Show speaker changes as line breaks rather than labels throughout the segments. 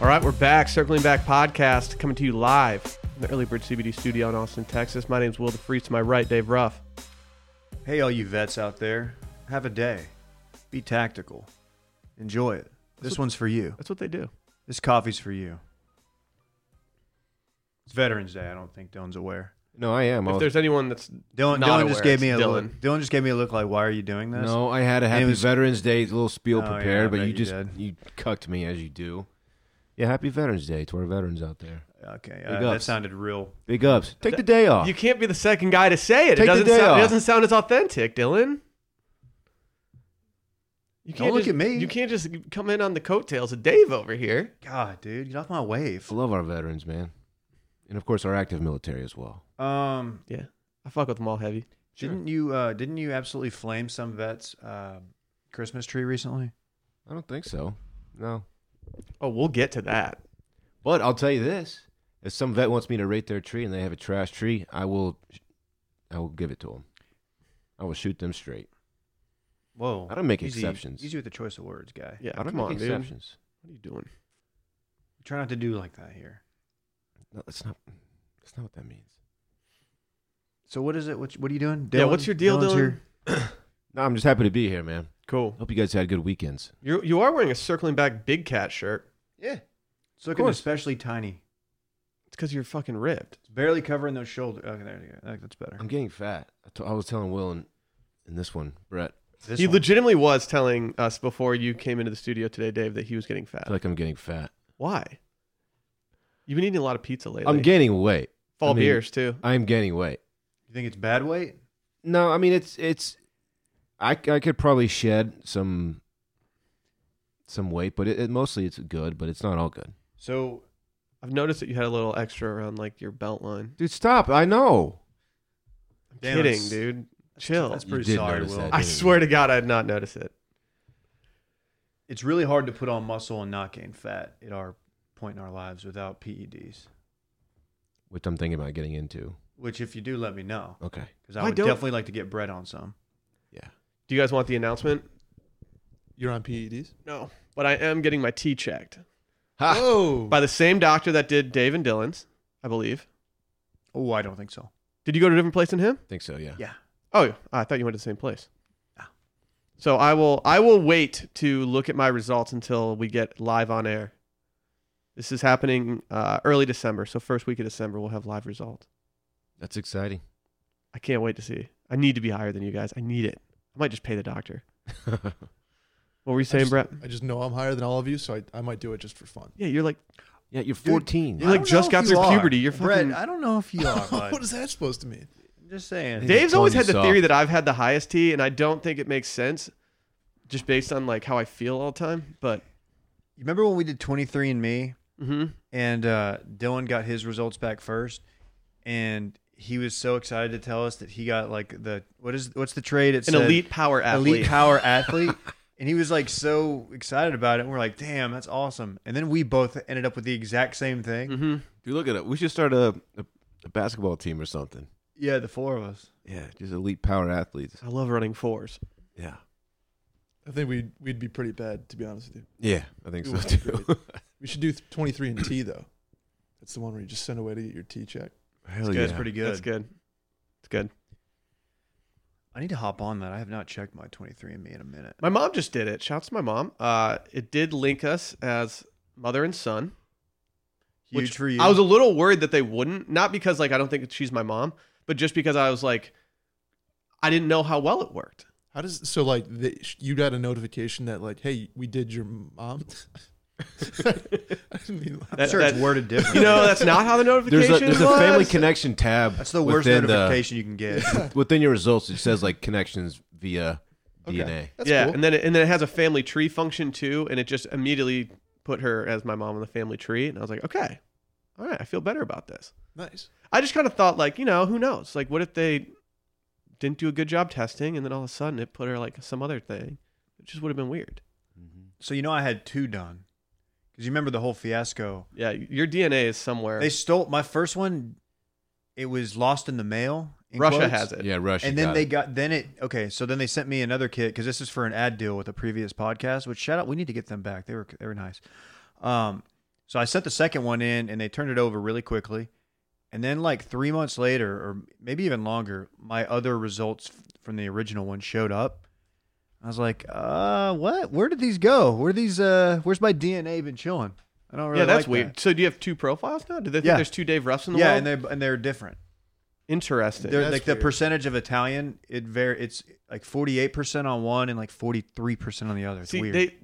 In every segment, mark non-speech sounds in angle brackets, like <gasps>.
All right, we're back. Circling Back podcast coming to you live from the Early Bird CBD studio in Austin, Texas. My name's Will DeFreeze. To my right, Dave Ruff.
Hey, all you vets out there, have a day. Be tactical. Enjoy it. This one's for you.
That's what they do.
This coffee's for you. It's Veterans Day. I don't think Dylan's aware.
No, I am. I
If
was-
there's anyone that's
Dylan,
Not
Dylan
aware,
just gave me a
it's Dylan.
look. Dylan just gave me a look like, why are you doing this?
no, I had a happy
was-
Veterans Day little spiel
Oh, yeah, I
prepared, but
bet
you
you
just
did.
you cucked me as you do. Yeah, happy Veterans Day to our veterans out there.
Okay,
Big
uh, that
ups.
sounded real.
Big ups. Take the day off.
you can't be the second guy to say it.
Ah.
it
Take the
doesn't
day
sound, it
off.
doesn't sound as authentic, Dylan. You
Don't look
just-
at me.
You can't just come in on the coattails of Dave over here.
God, dude, get off my wave.
I love our veterans, man, and of course our active military as well.
Um,
Yeah, I fuck with them all heavy.
didn't you? Uh, didn't you absolutely flame some vets' um Christmas tree recently?
I don't think so. No,
Oh, we'll get to that.
but I'll tell you this: if some vet wants me to rate their tree and they have a trash tree, I will, I will give it to them. I will shoot them straight.
Whoa,
I don't make
easy,
exceptions.
Easy with the choice of words, guy.
Yeah,
I don't
come
make
on, dude.
exceptions.
What are you doing?
Try not to do like that here.
No, that's not. That's not what that means.
So what is it? What, what are you doing?
Yeah, what's your deal,
Dylan's
Dylan?
here.
No, I'm just happy to be here, man.
Cool.
Hope you guys had good weekends.
You you are wearing a circling back big cat shirt.
Yeah, it's looking
course.
especially tiny.
It's because you're fucking ripped.
It's barely covering those shoulders. Okay, there you go. Okay, That's better.
I'm getting fat. I, t- I was telling Will and, and this one, Brett,
This
he
one-
legitimately was telling us before you came into the studio today, Dave, that he was getting fat.
I feel like I'm getting fat.
Why? You've been eating a lot of pizza lately.
I'm gaining weight.
fall
I mean-
beers too.
I'm gaining weight.
you think it's bad weight?
No, I mean it's it's. I, c- I could probably shed some some weight, but it, it mostly it's good, but it's not all good.
So
I've noticed that you had a little extra around like your belt line.
Dude, stop! I know.
I'm
Damn,
kidding,
that's-
dude. Chill.
that's
You
pretty
did
sorry,
notice
Will.
that,
I
didn't you?
swear to God, I did not notice it.
it's really hard to put on muscle and not gain fat at our point in our lives without E PEDs.
Which I'm thinking about getting into.
Which, if you do, let me know
Okay.
because I
Why
would
don't-
definitely like to get bread on some.
Yeah.
Do you guys want the announcement?
You're on
E
PEDs?
No, but I am getting my T checked
Ha!
Oh.
by the same doctor that did Dave and Dylan's, I believe.
Oh, I don't think so.
Did you go to a different place than him?
think so. Yeah.
Yeah,
Oh, yeah. I thought you went to the same place.
No.
Ah.
So I will I will wait to look at my results until we get live on air. This is happening uh, early December, so first week of December we'll have live results.
That's exciting. <laughs>
I can't wait to see. I need to be higher than you guys. I need it. I might just pay the doctor. What were you saying,
just-
Brett?
I just know I'm higher than all of you, so I, I might do it just for fun.
Yeah, you're like
yeah, you're 14.
You're like
I don't
just
know
got
if
through
you
puberty.
are.
You're
Brett,
fucking-
I don't
<laughs>
know if you are. bud.
<laughs> what is that supposed to mean?
I'm just saying.
Dave-
Dave's always
telling
had
you
the theory
soft.
that I've had the highest T, and I don't think it makes sense just based on like how I feel all the time. But
you remember when we did 23 and Me,
hmm
and uh, Dylan got his results back first, and he was so excited to tell us that he got like the what is what's the trade? It's
an elite power athlete. <laughs>
elite power athlete. And he was like so excited about it. And we're like, damn, that's awesome. And then we both ended up with the exact same thing.
hmm
Dude, look at it. We should start a, a, a basketball team or something.
Yeah, the four of us.
Yeah, just elite power athletes.
I love running fours.
Yeah.
I think we'd we'd be pretty bad, to be honest with you.
Yeah, I think
Ooh,
so
that'd be
too.
We should do 23 and T though. That's the one where you just send away to get your T check.
<laughs> Hell
That's pretty good.
That's good. It's good.
I need to hop on that. I have not checked my 23andMe in a minute.
My mom just did it. Shouts to my mom. Uh, it did link us as mother and son.
Huge
which
for you.
I was a little worried that they wouldn't, not because like I don't think she's my mom, but just because I was like, I didn't know how well it worked.
How does so like they, you got a notification that like hey we did your mom? <laughs> I didn't mean like-
That-
sure
that-
it's worded
<laughs>
differently.
You know, that's not how the
<laughs> There's
notification.
a there's a family
was.
connection tab.
that's the worst
within
notification you can get.
<laughs>
<laughs>
The, within your results, it says like connections via
Okay.
DNA.
That's
Yeah,
cool.
and then it, and then it has a family tree function too, and it just immediately put her as my mom in the family tree, and I was like, okay, all right, I feel better about this.
nice.
I just kind of thought like, you know, who knows? Like what if they didn't do a good job testing and then all of a sudden it put her like some other thing? It just would have been weird.
so, you know, I had two done because you remember the whole fiasco.
Yeah, your DNA is somewhere.
They stole my first one, it was lost in the mail. in
Russia
quotes.
has it.
Yeah, Russia.
and then
got
they <laughs>
it.
got then it okay so then they sent me another kit because this is for an ad deal with a previous podcast which shout out we need to get them back they were they were nice um So I sent the second one in and they turned it over really quickly. And then, like three months later, or maybe even longer, my other results f- from the original one showed up. I was like, uh, what? Where did these go? Where these, uh, where's my DNA been chilling? I don't really
yeah, that's
like
weird.
that.
So do you have two profiles now? Do they think
Yeah.
there's two Dave Ruffs in the
Yeah,
world?
and they and they're different.
Interesting.
They're
That's
like the
weird.
percentage of Italian, it var- it's like 48% on one and like 43% on the other. It's
See,
weird.
they.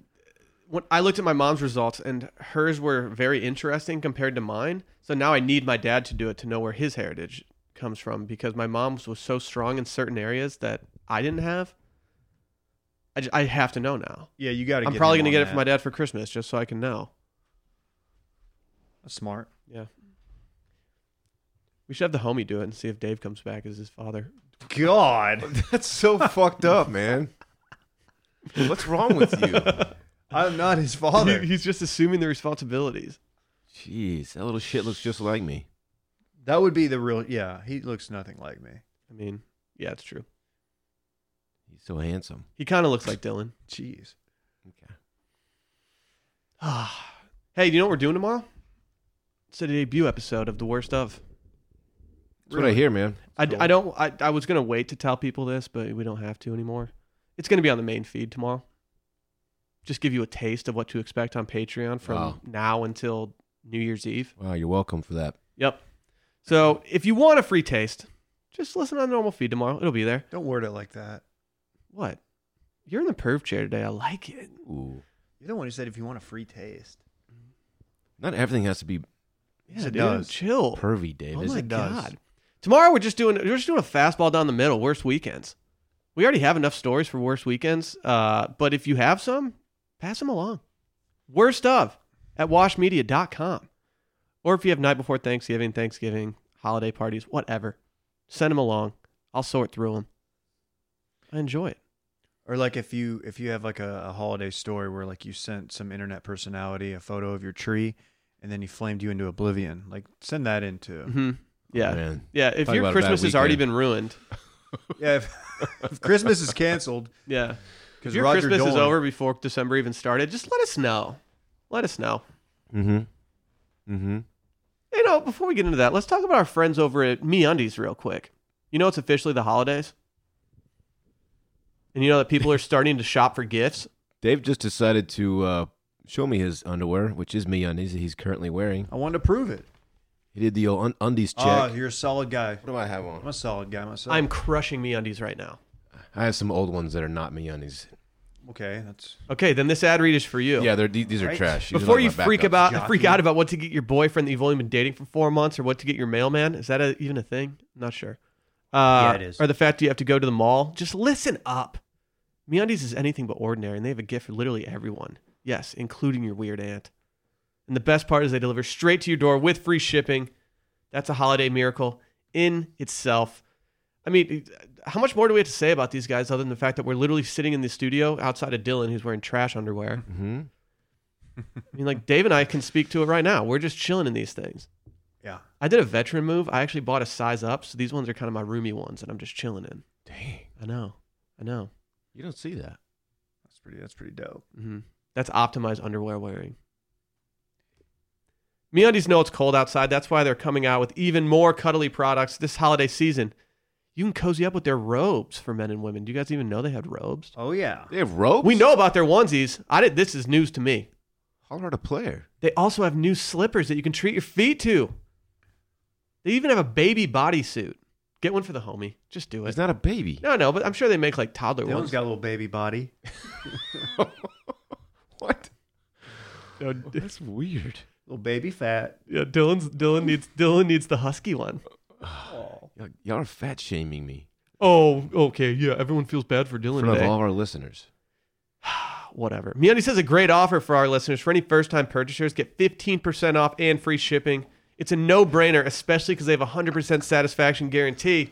When I looked at my mom's results, and hers were very interesting compared to mine. So now I need my dad to do it to know where his heritage comes from because my mom's was so strong in certain areas that I didn't have. I, ju- I have to know now.
yeah, you got to
I'm probably gonna get it from my dad for Christmas just so I can know.
Smart.
Yeah. We should have the homie do it and see if Dave comes back as his father.
God. <laughs>
That's so fucked up, man. What's wrong with
<laughs>
you?
I'm not his father.
He- <laughs> he's just assuming the responsibilities.
Jeez, that little shit looks just like me.
that would be the real. Yeah, he looks nothing like me.
I mean, yeah, it's true.
He's so handsome.
He kind of looks like Dylan.
Jeez.
Okay.
hey, do you know what we're doing tomorrow? It's a debut episode of The Worst Of.
That's what I hear, man.
I, I don't. I, I was gonna wait to tell people this, but we don't have to anymore. It's gonna be on the main feed tomorrow. Just give you a taste of what to expect on Patreon from
Wow.
now until New Year's Eve.
Wow, you're welcome for that.
Yep. So if you want a free taste, just listen on the normal feed tomorrow. It'll be there.
Don't word it like that.
What? You're in the perv chair today. I like it.
Ooh.
You're the one who said if you want a free taste.
Not everything has to be
Yeah,
Yes, it
dude,
does.
Chill.
pervy,
oh
David.
my
it does.
god. Tomorrow we're just doing we're just doing a fastball down the middle. Worst weekends. We already have enough stories for worst weekends. Uh, but if you have some, pass them along. Worst of at washmedia.com. Or if you have night before Thanksgiving, Thanksgiving, holiday parties, whatever, send them along. I'll sort through them. I enjoy it.
Or like if you if you have like a, a holiday story where like you sent some internet personality a photo of your tree, and then he flamed you into oblivion. Like send that in
<laughs>
too.
hmm Yeah.
Man.
Yeah, if
Talk
your
about a bad
Christmas has already
weekend.
been ruined,
yeah. If, <laughs> if Christmas is canceled
<laughs>
yeah. If
because
your
Roger
Christmas is
Dolan-
over before December even started, just let us know. Let us know.
Mm-hmm. Mm-hmm.
You know, before we get into that, let's talk about our friends over at MeUndies real quick. You know, it's officially the holidays, and you know that people are starting to shop for gifts.
Dave just decided to uh, show me his underwear, which is me undies that he's currently wearing.
I wanted to prove it.
He did the old un- undies
Oh,
check.
Ah, you're a solid guy.
what do I have
I'm
on?
a solid guy myself.
I'm crushing MeUndies right now.
I have some old ones that are not me undies.
okay. That's
Okay, then this ad read is for you.
Yeah, they're, the- these are
Right.
trash. These are
Before
like
you
my
freak
backups.
about
Jockey.
freak out about what to get your boyfriend that you've only been dating for four months, or what to get your mailman, is that a, even a thing? I'm not sure. Uh,
Yeah, it is.
Or the fact you have to go to the mall. Just listen up. MeUndies is anything but ordinary, and they have a gift for literally everyone. Yes, including your weird aunt. And the best part is they deliver straight to your door with free shipping. That's a holiday miracle in itself. I mean, how much more do we have to say about these guys other than the fact that we're literally sitting in the studio outside of Dylan, who's wearing trash underwear?
Mhm.
I mean, like Dave and I can speak to it right now. We're just chilling in these things.
yeah.
I did a veteran move. I actually bought a size up, so these ones are kind of my roomy ones that I'm just chilling in.
Dang.
I know, I know.
You don't see that.
That's pretty. That's pretty dope.
hmm That's optimized underwear wearing. MeUndies know it's cold outside. That's why they're coming out with even more cuddly products this holiday season. You can cozy up with their robes for men and women. Do you guys even know they had robes?
Oh yeah.
They have ropes.
We know about their onesies. I did. This is news to me.
Holler at a player.
They also have new slippers that you can treat your feet to. They even have a baby bodysuit. Get one for the homie. Just do
He's
it.
not a baby.
No, no, but I'm sure they make like toddler
Dylan's
ones.
got a little baby body.
<laughs> what?
No, D-
That's weird.
Little baby fat.
yeah, Dylan's Dylan needs Dylan needs the husky one.
Y'all, y'all are fat shaming me
Oh, okay, yeah. Everyone feels bad for
in
Dylan
front of
today.
all our listeners.
Whatever. MeUndies has a great offer for our listeners. For any first-time purchasers, get 15% off and free shipping. It's a no-brainer, especially because they have a 100% satisfaction guarantee.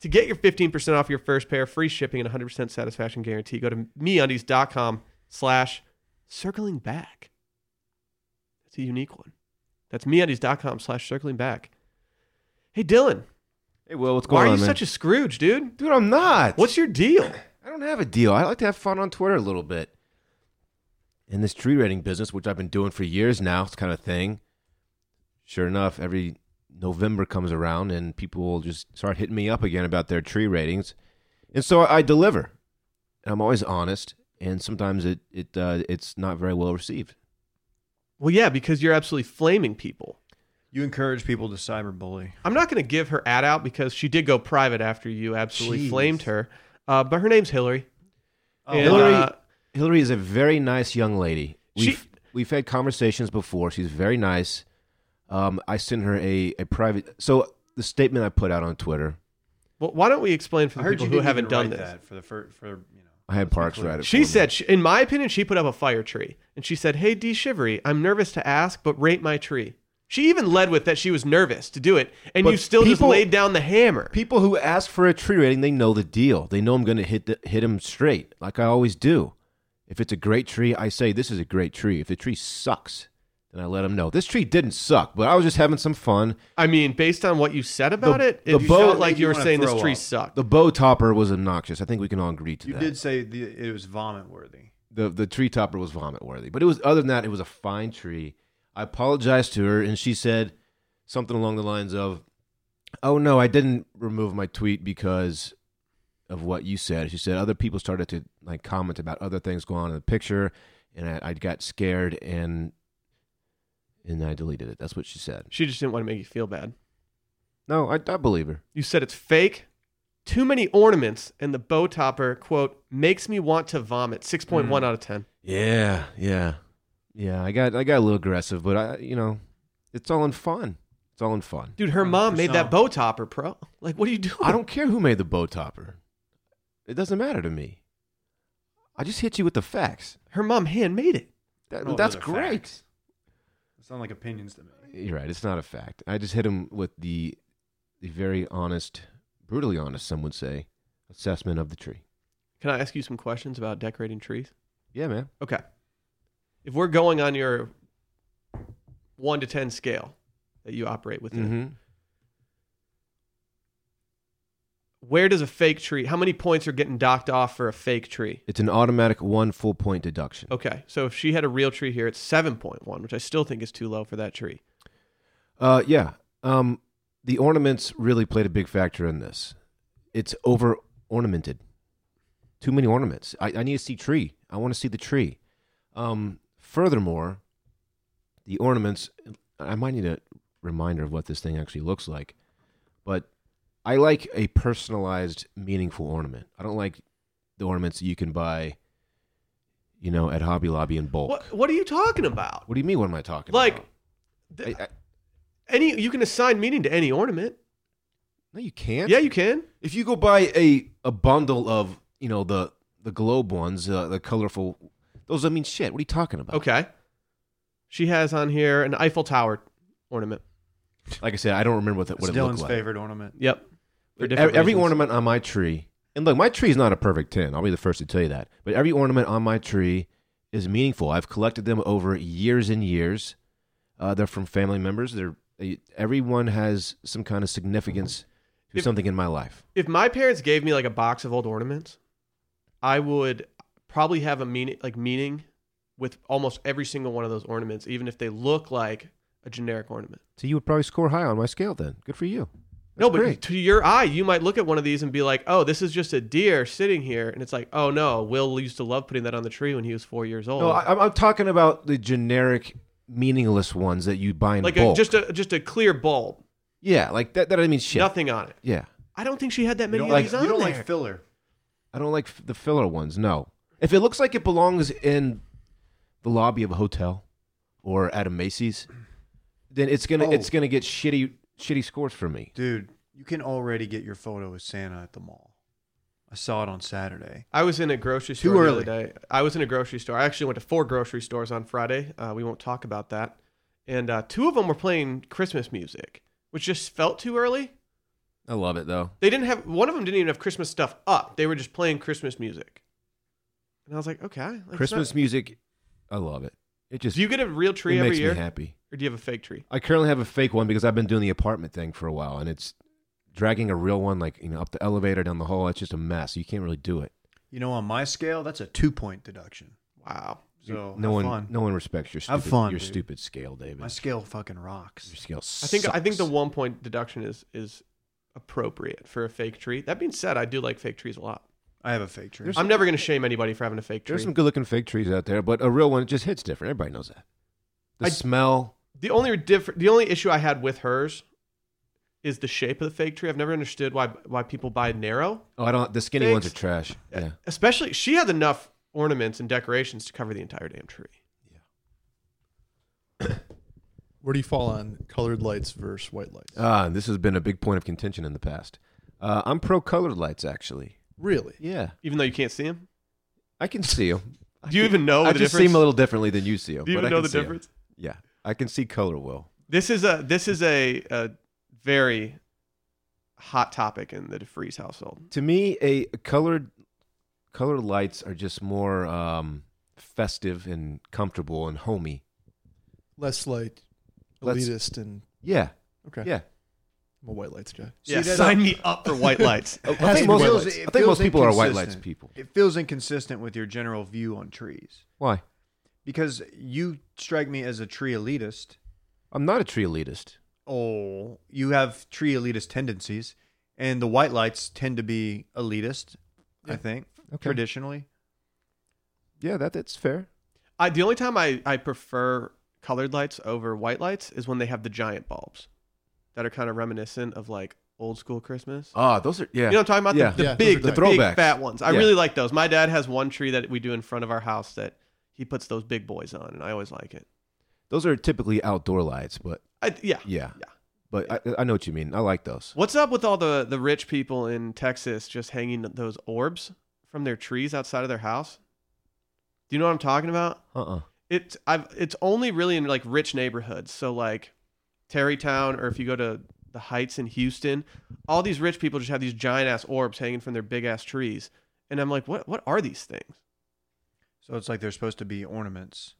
To get your 15% off your first pair, free shipping, and 100% satisfaction guarantee, go to MeUndies.com slash circling back. That's a unique one. That's MeUndies.com slash circling back. Hey, Dylan,
Hey, Will, what's
why
going
are
on,
you
man?
such a Scrooge, dude?
Dude, I'm not.
What's your deal?
I don't have a deal. I like to have fun on Twitter a little bit. in this tree rating business, which I've been doing for years now, it's kind of thing. Sure enough, every November comes around and people will just start hitting me up again about their tree ratings. And so I deliver. And I'm always honest. And sometimes it, it uh, it's not very well received.
Well, yeah, because you're absolutely flaming people.
You encourage people to cyberbully.
I'm not going to give her ad out because she did go private after you absolutely
Jeez. Oh,
flamed her. Uh, but her name's Hillary. And,
Hillary,
uh,
Hillary is a very nice young lady. We've,
She-
we've had conversations before. She's very nice. Um, I sent her a, a private. So the statement I put out on Twitter,
well, why don't we explain for
I
the
heard
people
you
who
didn't
haven't
even
done
write
this?
that for the first for you know.
I had Parks
clear.
write it. for
She
me.
said, she, in my opinion, she put up a fire tree. And she said, Hey, D Shivery, I'm nervous to ask, but rate my tree. She even led with that she was nervous to do it. And
But
you still just
people-
laid down the hammer.
people who ask for a tree rating, they know the deal. They know I'm going to hit the, hit them straight, like I always do. If it's a great tree, I say this is a great tree. If the tree sucks, then I let them know this tree didn't suck, but I was just having some fun.
I mean, based on what you said about
The-
it,
the
it
boat
felt
made
like
you
you were
wanna
saying this
throw
tree
up.
sucked.
The bow topper was obnoxious. I think we can all agree to
You
that.
did say the, it was vomit worthy.
the the tree topper was vomit worthy, but it was other than that, it was a fine tree. I apologized to her, and she said something along the lines of, "Oh no, I didn't remove my tweet because of what you said." She said other people started to like comment about other things going on in the picture, and I, I got scared and and I deleted it. That's what she said.
She just didn't want to make you feel bad.
No, I, I believe her.
You said it's fake. Too many ornaments, and the bow topper quote makes me want to vomit. Six point
Hmm.
one out of ten.
Yeah, yeah, yeah. I got I got a little aggressive, but I you know, it's all in fun. It's all in fun.
Dude, her mom made that bow topper, pro. <laughs> Like, what are you doing?
I don't care who made the bow topper. It doesn't matter to me. I just hit you with the facts.
Her mom handmade it.
That-
No,
that's
those are
great.
facts. It sounds like opinions to me.
You're right. It's not a fact. I just hit him with the, the very honest, brutally honest, some would say, assessment of the tree.
Can I ask you some questions about decorating trees?
Yeah, man.
Okay. If we're going on your one to ten scale that you operate within,
Mhm.
where does a fake tree? How many points are getting docked off for a fake tree?
It's an automatic one full point deduction.
Okay, so if she had a real tree here, it's seven point one, which I still think is too low for that tree.
Uh, yeah. Um, the ornaments really played a big factor in this. It's over ornamented. Too many ornaments. I, I need to see tree. I want to see the tree. Um, furthermore, the ornaments. I might need a reminder of what this thing actually looks like, but I like a personalized, meaningful ornament. I don't like the ornaments you can buy, you know, at Hobby Lobby in bulk. What,
What What are you talking about?
do you mean? What am I talking
Like
about?
th-
I- I-
any, you can assign meaning to any ornament.
no, you can't.
Yeah, you can.
If you go buy a a bundle of you know the the globe ones, uh, the colorful, those I mean shit. What are you talking about?
Okay. She has on here an Eiffel Tower ornament.
Like I said, I don't remember what, the,
It's
what it
Dylan's
looked like.
favorite ornament.
Yep. For
Every,
different
every
reasons.
ornament on my tree, and look, my tree is not a perfect ten. I'll be the first to tell you that. But every ornament on my tree is meaningful. I've collected them over years and years. Uh, they're from family members. They're they, everyone has some kind of significance to
If-
something in my life.
If my parents gave me like a box of old ornaments, I would probably have a meaning like meaning with almost every single one of those ornaments, even if they look like a generic ornament.
So you would probably score high on my scale then. Good for you.
no,
That's
but
great.
to your eye, you might look at one of these and be like, "Oh, this is just a deer sitting here," and it's like, "Oh no, Will used to love putting that on the tree when he was four years old."
No, I, I'm- I'm talking about the generic, meaningless ones that you buy in
like a,
bulk.
just a just a clear bulb,
yeah, like that. That I mean, shit.
nothing on it.
Yeah,
I don't think she had that
You
many
don't,
of
like,
these on
you don't
there.
like filler.
I don't like f- the filler ones. No, if it looks like it belongs in the lobby of a hotel or at a Macy's, then it's gonna
Oh.
it's gonna get shitty shitty scores for me.
Dude, you can already get your photo with Santa at the mall. I saw it on Saturday.
I was in a grocery
Too
store the
early.
other day. I was in a grocery store. I actually went to four grocery stores on Friday. Uh, we won't talk about that. And uh, two of them were playing Christmas music, which just felt too early.
I love it though.
They didn't have one of them didn't even have Christmas stuff up. They were just playing Christmas music, and I was like, okay, like, it's
Christmas
not-
music, I love it. It just
do you get a real
it
tree
makes
every year,
me happy.
or do you have a fake tree?
I currently have a fake one because I've been doing the apartment thing for a while, and it's dragging a real one like you know up the elevator down the hall. It's just a mess. You can't really do it.
You know, on my scale, that's a two point deduction.
Wow,
So
no
have
one,
fun.
no one respects your stupid,
Have fun,
your
dude.
stupid scale, David.
My
Your
scale fucking rocks.
scale.
I think I think the one point deduction is is appropriate for a fake tree. That being said, I do like fake trees a lot.
I have a fake tree.
I'm never going to shame anybody for having a fake tree.
There's some good-looking fig trees out there, but a real one it just hits different. Everybody knows that. The
I-
smell.
the only diff- the only issue I had with hers is the shape of the fake tree. I've never understood why why people buy narrow.
Oh, I don't. The skinny ones are
Figs.
trash. Yeah.
Especially she had enough ornaments and decorations to cover the entire damn tree.
Where do you fall on colored lights versus white lights?
Ah, and this has been a big point of contention in the past. Uh, I'm pro colored lights, actually.
really?
Yeah,
Even though you can't see them.
I can see them.
<laughs> Do you even know
I
the
just see
difference?
them a little differently than you see them.
Do you
but
even
I
know
can
the
see 'em.
difference?
Yeah, I can see color well.
This is a this is a, a very hot topic in the DeFreeze household.
To me, a colored colored lights are just more um, festive and comfortable and homey.
Less like
Let's-
elitist and
Yeah,
okay.
yeah.
I'm a white lights guy.
yeah, sign me up for white <laughs> lights.
I
has to
think
be
most,
white
lights.
I
It
think
feels
most people are white lights
inconsistent.
people.
It feels inconsistent with your general view on trees
Why?
because you strike me as a tree elitist.
I'm not a tree elitist.
Oh, you have tree elitist tendencies, and the white lights tend to be elitist. I think
Okay.
traditionally.
Yeah, that that's fair.
I, the only time I, I prefer colored lights over white lights is when they have the giant bulbs that are kind of reminiscent of like old school Christmas.
Ah, those are yeah.
You know what I'm talking about?
Yeah.
The, the
Yeah, those
big,
are
the
tight.
big
Throwbacks.
fat ones. I
Yeah.
really like those. My dad has one tree that we do in front of our house that he puts those big boys on, and I always like it.
those are typically outdoor lights, but
I, yeah.
yeah,
Yeah.
But I, I know what you mean. I like those.
What's up with all the, the rich people in Texas just hanging those orbs from their trees outside of their house? Do you know what I'm talking about?
Uh uh
it's I've it's only really in like rich neighborhoods. So like Terrytown or if you go to the Heights in Houston, all these rich people just have these giant ass orbs hanging from their big ass trees. And I'm like, what what are these things?
So it's like they're supposed to be ornaments,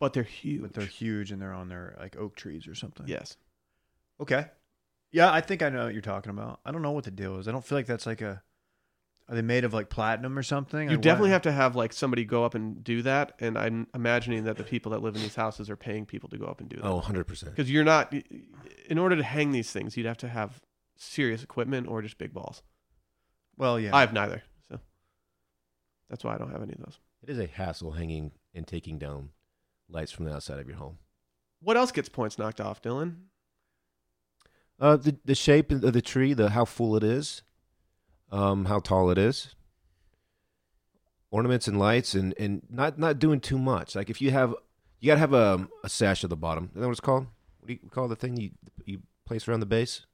But they're huge.
but they're huge and they're on their like oak trees or something.
yes.
Okay. Yeah, I think I know what you're talking about. I don't know what the deal is. I don't feel like that's like a. Are they made of like platinum or something?
You definitely have to have like somebody go up and do that. And I'm imagining that the people that live in these houses are paying people to go up and do that.
Oh, 100 percent.
Because you're not in order to hang these things, you'd have to have serious equipment or just big balls.
Well, yeah.
I have neither. So that's why I don't have any of those.
It is a hassle hanging and taking down lights from the outside of your home.
What else gets points knocked off, Dylan?
Uh, the the shape of the tree, the how full it is, um, how tall it is, ornaments and lights, and and not not doing too much. Like if you have, you gotta have a a sash at the bottom. Is that what it's called? What do you call the thing you you place around the base?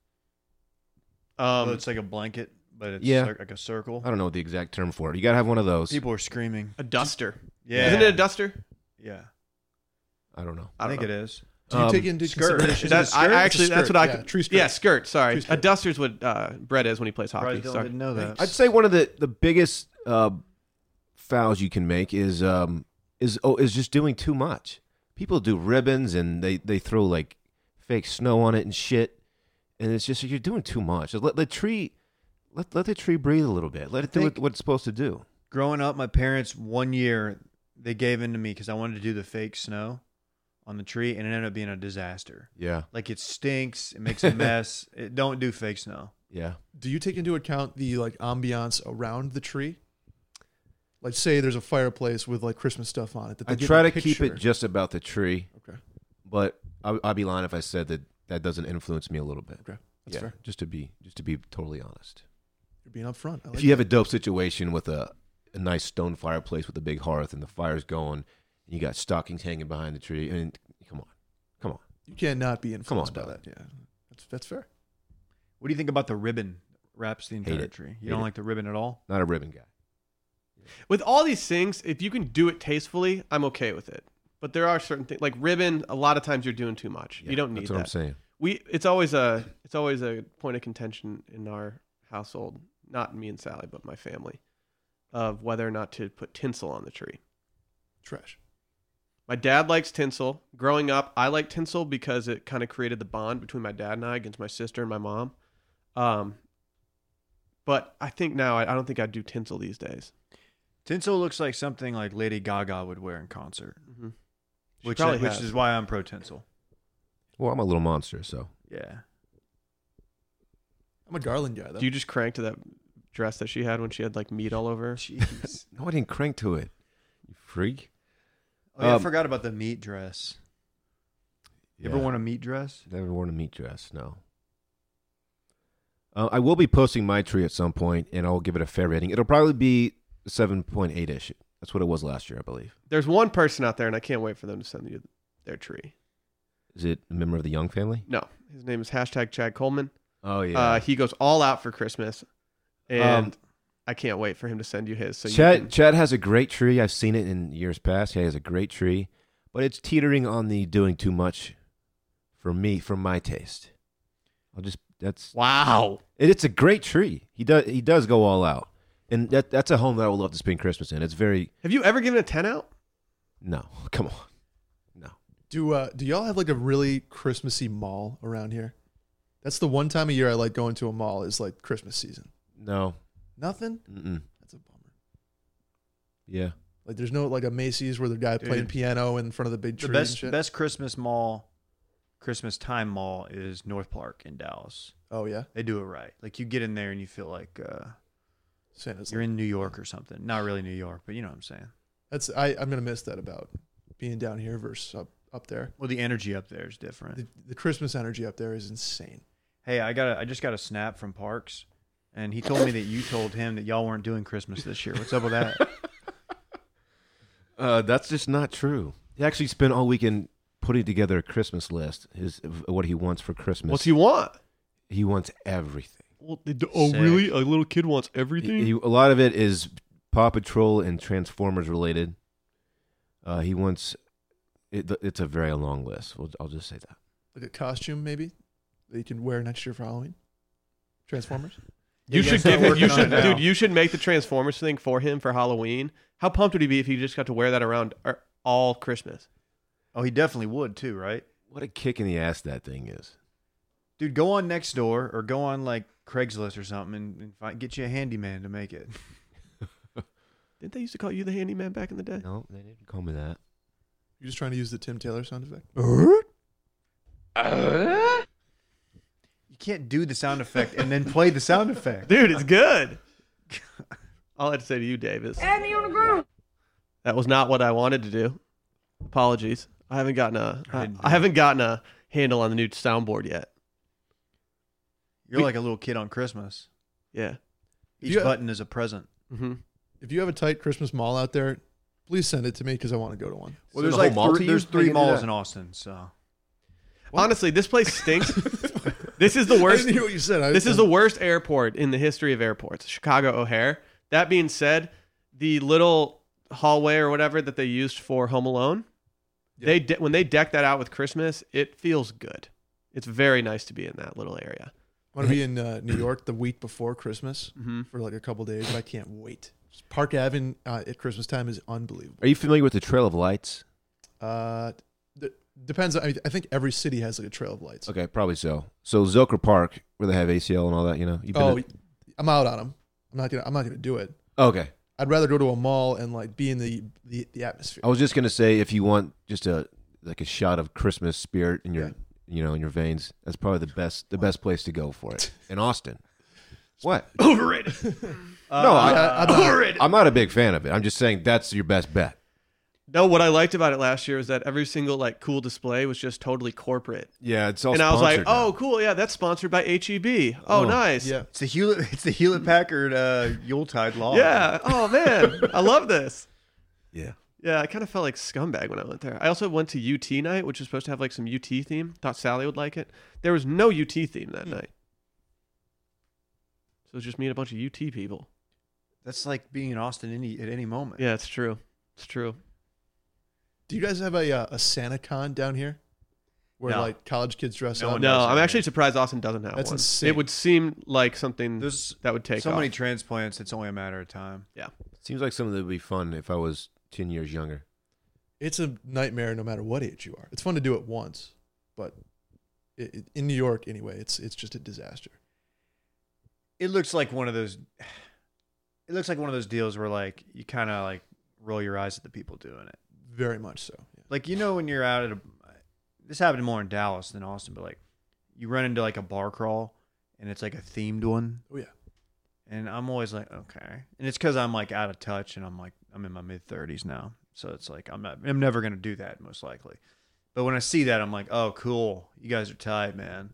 So
Um,
it's like a blanket, but it's
Yeah.
cir- like a circle.
I don't know the exact term for it. You gotta have one of those.
People are screaming.
a duster.
Yeah.
Isn't it a duster?
Yeah.
I don't know.
I, think it is.
Do you
Um,
take into
skirt.
consideration?
That, I, I
It's a
actually, that's
skirt,
what I
yeah,
could.
tree skirt.
Yeah, skirt. Sorry,
Tree skirt.
a duster's what uh, Brett is when he plays hockey.
Surprised Dylan
Sorry.
didn't know that.
I'd say one of the the biggest uh, fouls you can make is um is oh is just doing too much. People do ribbons and they they throw like fake snow on it and shit, and it's just you're doing too much. Let the tree. Let, let the tree breathe a little bit. Let it do
think-
what, what it's supposed to do.
Growing up, my parents one year they gave in to me because I wanted to do the fake snow on the tree, and it ended up being a disaster.
Yeah,
Like it stinks. It makes a mess. it, don't do fake snow.
yeah.
Do you take into account the like ambiance around the tree? Like, say there's a fireplace with like Christmas stuff on it. That they
I
give
try
a
to keep it
picture.
just about the tree,
okay,
but I, I'd be lying if I said that that doesn't influence me a little bit.
okay, that's
yeah,
fair.
just to be just to be totally honest.
You're being upfront. I like
if you have a dope situation with a, a nice stone fireplace with a big hearth and the fire's going and you got stockings hanging behind the tree and come on come on
that. you cannot be influenced by
Doug.
that. Yeah, that's that's fair.
What do you think about the ribbon that wraps the entire
it.
tree? You
Hate
don't
it.
like the ribbon at all?
not a ribbon guy
With all these things, if you can do it tastefully, I'm okay with it. But there are certain things, like ribbon. A lot of times, you're doing too much.
Yeah,
you don't need
that's what i'm
that.
saying
We it's always a it's always a point of contention in our household, not me and Sally, but my family, of whether or not to put tinsel on the tree.
Trash.
My dad likes tinsel. Growing up, I liked tinsel because it kind of created the bond between my dad and I against my sister and my mom. Um, but I think now I, I don't think I'd do tinsel these days.
Tinsel looks like something like Lady Gaga would wear in concert,
Mhm. She
Mm-hmm. which uh,
probably
which
has.
is why I'm pro tinsel.
Well, I'm a little monster, so
Yeah.
I'm a Garland guy though.
Do you just crank to that dress that she had when she had like meat all over? her?
<laughs> Jeez.
no, I didn't crank to it. You freak.
oh, yeah, I
Um,
forgot about the meat dress. You ever
Yeah.
worn a meat dress?
Never worn a meat dress. No. Uh, I will be posting my tree at some point, and I'll give it a fair rating. It'll probably be seven point eight ish. That's what it was last year, I believe.
There's one person out there, and I can't wait for them to send you their tree.
Is it a member of the Young family?
No, his name is hashtag Chad Coleman.
Oh yeah.
Uh, he goes all out for Christmas,
Um,
and I can't wait for him to send you his. So
Chad
you can,
Chad has a great tree. I've seen it in years past. He has a great tree, but it's teetering on the doing too much for me, for my taste. I'll just that's
wow,
It- It's a great tree. He does he does go all out, and that that's a home that I would love to spend Christmas in. It's very
have you ever given a ten out?
no, <laughs> come on, no.
do uh, do y'all have like a really Christmassy mall around here? That's the one time a year I like going to a mall is like Christmas season.
No.
Nothing.
Mm-mm.
That's a bummer.
Yeah.
Like there's no like a Macy's where the guy
Dude.
playing piano in front of the big tree
The
and
best
shit.
best Christmas mall, Christmas time mall is North Park in Dallas.
oh yeah,
They do it right. Like you get in there and you feel like uh,
Santa's.
you're in New York or something. Not really New York, but you know what I'm saying.
That's I. I'm gonna miss that about being down here versus up up there.
Well, the energy up there is different.
The, the Christmas energy up there is insane.
Hey, I got a, I just got a snap from Parks, and he told me that you told him that y'all weren't doing Christmas this year. What's up with that?
Uh, that's just not true. He actually spent all weekend putting together a Christmas list. His what he wants for Christmas.
What's he want?
he wants everything.
Well, they do-
Sick.
A little kid wants
He- he- a lot of it is Paw Patrol and Transformers related. Uh, he wants. It, it's a very long list. We'll, I'll just say that.
Like a costume maybe that you can wear next year for Halloween.
<laughs>
Transformers.
<laughs> you
Yeah,
should
he's not
give him. You
working on
should,
it now.
dude. You should make the Transformers thing for him for Halloween. How pumped would he be if he just got to wear that around er, all Christmas?
Oh, he definitely would too, right?
What a kick in the ass that thing is.
Dude, go on next door or go on like Craigslist or something and, and find, get you a handyman to make it.
Didn't they used to call you the handyman back in the
<laughs>
day?
No, they didn't call me that.
You're just trying to use the Tim Taylor sound effect.
Uh-huh.
You can't do the sound effect and then play the
<laughs>
sound effect.
Dude, it's good. all I had to say to you, Davis. That was not what I wanted to do. Apologies. I haven't gotten a.
I
I,
didn't do
I haven't gotten a handle on the new soundboard yet.
You're like a little kid on Christmas.
Yeah.
Each
Yeah.
button is a present.
Mm-hmm.
If you have a tight Christmas mall out there, please send it to me because I want to go to one.
Well, there's like three-
three,
there's
there's
three
three
malls
malls
in
in Austin, so
Honestly, this place
<laughs>
stinks. this is the
I
worst.
didn't hear what you said. I
This is the worst airport in the history of airports, Chicago O'Hare. That being said, the little hallway or whatever that they used for Home Alone, they de- when they deck that out with Christmas, it feels good. It's very nice to be in that little area.
want to be in uh, New York the week before Christmas
Mm-hmm.
for like a couple days, but I can't wait. Park Avenue uh, at Christmas time is unbelievable.
Are you familiar with the Trail of Lights?
Uh, d- depends. I, mean, I think every city has like a trail of lights.
Okay, probably so. So Zilker Park, where they have ACL and all that, you know. You've been
Oh,
to-
I'm out on them. I'm not gonna. I'm not gonna do it.
okay.
I'd rather go to a mall and like be in the the, the atmosphere.
Oh,
I was just gonna say, if you want just a like a shot of Christmas spirit in your,
Yeah.
you know, in your veins, that's probably the best the best place to go for
<laughs>
it in Austin. What?
Overrated.
no, I,
I, I'm not-
Overrated.
I'm not a big fan of it. I'm just saying that's your best bet.
No, what I liked about it last year was that every single like cool display was just totally corporate.
Yeah, it's all.
and I was like, "Oh, cool, yeah, that's sponsored by HEB. Oh,
Oh,
nice.
yeah.
it's the Hewlett it's the Hewlett Packard uh, Yuletide law.
Yeah. Oh man, I love this.
yeah.
Yeah, I kind of felt like scumbag when I went there. I also went to UT night, which was supposed to have like some UT theme. Thought Sally would like it. There was no UT theme
Hmm.
that night. So it was just me and a bunch of UT people.
that's like being in Austin any at any moment.
Yeah, it's true. It's true.
Do you guys have a uh, a SantaCon down here, where
No.
like college kids dress
No
up?
one
No,
does
I'm
have
actually
it.
surprised Austin doesn't have
That's
one.
insane.
It would seem like something
There's
that would take
so many
off.
transplants. It's only a matter of time.
Seems like something that would be fun if I was ten years younger.
It's a nightmare, no matter what age you are. It's fun to do it once, but it, it- in New York anyway, it's it's just a disaster.
It looks like one of those. <sighs> it looks like one of those deals where like you kind of like roll your eyes at the people doing it.
Very much so. Yeah.
Like you know when you're out at a this happened more in Dallas than Austin, but like you run into like a bar crawl and it's like a themed one.
Oh, yeah.
And I'm always like, okay. And it's cuz I'm like out of touch and I'm like I'm in my mid 30s now. So it's like I'm not I'm never going to do that most likely. But when I see that I'm like, oh cool. You guys are tight, man.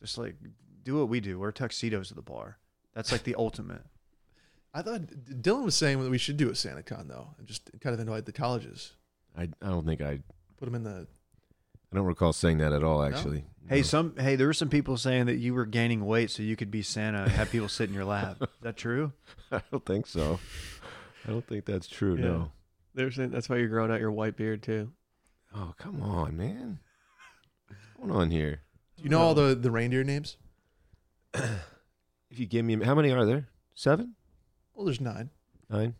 Just like do what we do. Wear tuxedos at the bar. That's like the ultimate.
I thought D- Dylan was saying that we should do a SantaCon though, and just kind of invite the colleges,
I, I don't think I
put them in the.
I don't recall saying that at all. Actually,
Hey,
No.
some hey, there were some people saying that you were gaining weight so you could be Santa and have people sit in your lap. Is that true?
<laughs> I don't think so. I don't think that's true.
Yeah.
No.
They're saying that's why you're growing out your white beard too.
Oh come on, man. What's going on here?
Do you know all the the reindeer names?
If you give me how many are there? Seven,
Well, there's nine.
nine.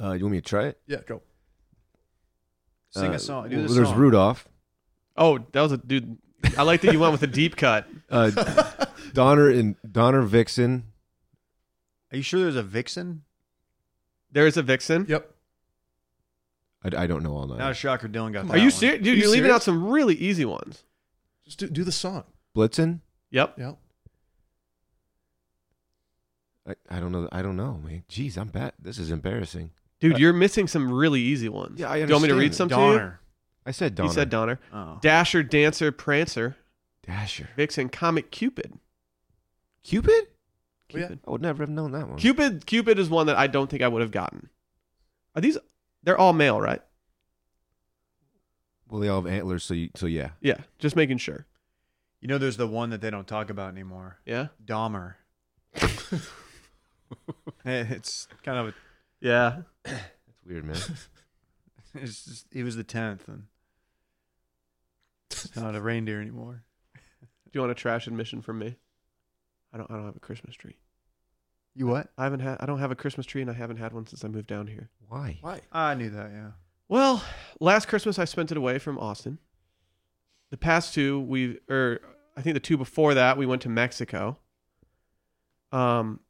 Uh, you want me to try it?
Yeah, go. <laughs>
Sing
Uh,
a song. Do
well,
the
there's
song.
Rudolph.
Oh, that was a dude. I like that you went with a deep cut.
Uh,
<laughs>
Donner and Donner Vixen.
Are you sure there's a vixen?
There is a
<laughs>
vixen.
Yep.
I, I don't know all nine.
Not a shocker. Dylan got.
Come
That
Are you
one.
serious, dude?
You
You're leaving
serious?
out some really easy ones.
Just do, do the song.
Blitzen.
Yep.
Yeah.
I, I don't know. I don't know, man. Jeez, I'm bad. This is embarrassing.
Dude, you're missing some really easy ones.
Yeah, I
Do you want me to
understand
read
that.
some to you?
Donner.
I said Donner.
You said Donner.
Oh.
Dasher, Dancer, Prancer,
Dasher.
Vixen, Comet, Cupid.
Cupid.
Oh, yeah.
Cupid.
I would never have known that one.
Cupid Cupid is one that I don't think I would have gotten. Are these they're all male, right?
Well, they all have antlers, so you, so yeah.
Yeah. Just making sure.
You know, there's the one that they don't talk about anymore.
Yeah.
Dahmer.
<laughs>
it's kind of. A,
Yeah.
That's weird, man.
it's just, he was the tenth, and it's not a reindeer anymore.
Do you want a trash admission from me? I don't I don't have a Christmas tree.
You what?
I haven't had I don't have a Christmas tree and I haven't had one since I moved down here.
Why?
Why?
I knew that. Yeah.
Well, last Christmas I spent it away from Austin. The past two we or I think the two before that we went to Mexico. Um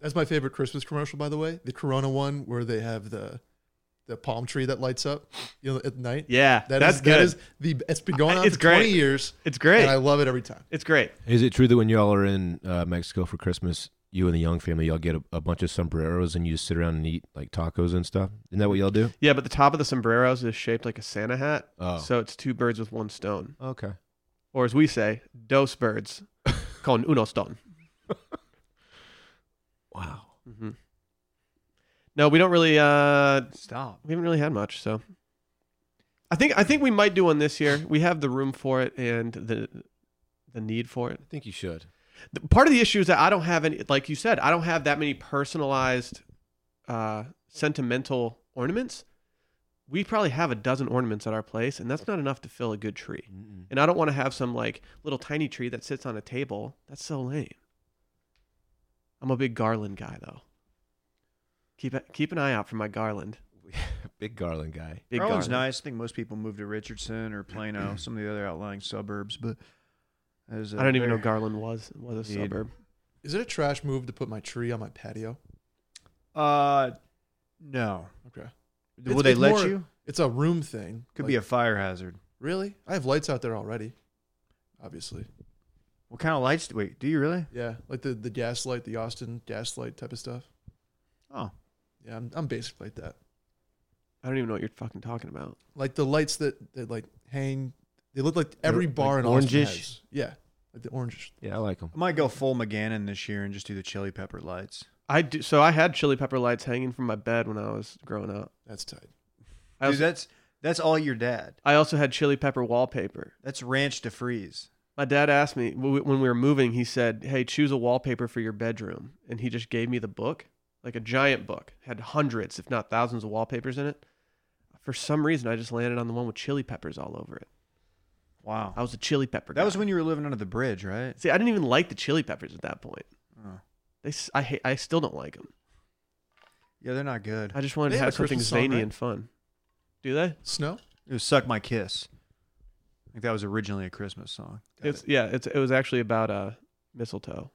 That's my favorite Christmas commercial, by the way. The Corona one where they have the the palm tree that lights up, you know, at night.
yeah,
That
that's
is-
good.
That is the. It's been going
I-
on
it's
for twenty
great.
years,
it's great.
and I love it every time.
it's great.
Is it true that when y'all are in uh, Mexico for Christmas, you and the Young family, y'all get a, a bunch of sombreros and you just sit around and eat like tacos and stuff? Isn't that what y'all do?
Yeah, but the top of the sombreros is shaped like a Santa hat.
Oh,
So it's two birds with one stone.
okay.
or as we say, dos
<laughs>
birds con uno stone.
Wow.
hmm No, we don't really. Uh,
Stop.
we haven't really had much, so I think I think we might do one this year. We have the room for it and the the need for it.
I think you should.
The, part of the issue is that I don't have any, like you said, I don't have that many personalized, uh, sentimental ornaments. We probably have a dozen ornaments at our place, and that's not enough to fill a good tree. And I don't want to have some like little tiny tree that sits on a table. That's so lame. I'm a big garland guy though. Keep keep an eye out for my garland.
Big Garland guy.
Big
Garland's
garland.
nice. I think most people move to Richardson or
<clears throat>
Plano, some of the other outlying suburbs, but there's a
I don't even know
very-
Garland was was a
Dude.
suburb.
Is it a trash move to put my tree on my patio?
Uh, no.
Okay.
Will
It's-
they
it's
let
more-
you?
It's a room thing.
Could
Like,
be a fire hazard.
really. I have lights out there already. Obviously.
What kind of lights? Do, wait, do you really?
Yeah, like the the gaslight, the Austin gaslight type of stuff.
Oh,
Yeah, I'm I'm basic like that.
I don't even know what you're fucking talking about.
Like the lights that that like hang. They look like every
They're,
bar
like,
in Austin
orangish?
has. Yeah, like the orangish.
Yeah, I like him.
I might go full McGannon this year and just do the chili pepper lights.
I do so I had chili pepper lights hanging from my bed when I was growing up.
That's tight.
I
Dude,
also,
that's that's all your dad.
I also had chili pepper wallpaper.
That's ranch to freeze.
My dad asked me w- when we were moving. He said, "Hey, choose a wallpaper for your bedroom," and he just gave me the book, like a giant book, had hundreds, if not thousands, of wallpapers in it. For some reason, I just landed on the one with chili peppers all over it.
Wow,
I was a chili pepper.
that
guy.
was when you were living under the bridge, right?
See, I didn't even like the chili peppers at that point.
Oh.
They, s- I, hate, I still don't like them.
Yeah, they're not good.
I just wanted
They
to
have
have
a
something
Christmas song,
zany
right?
and fun. Do they?
Snow.
It was "Suck My Kiss." I think that was originally a Christmas song.
Got
it's yeah. It's it was actually about uh mistletoe.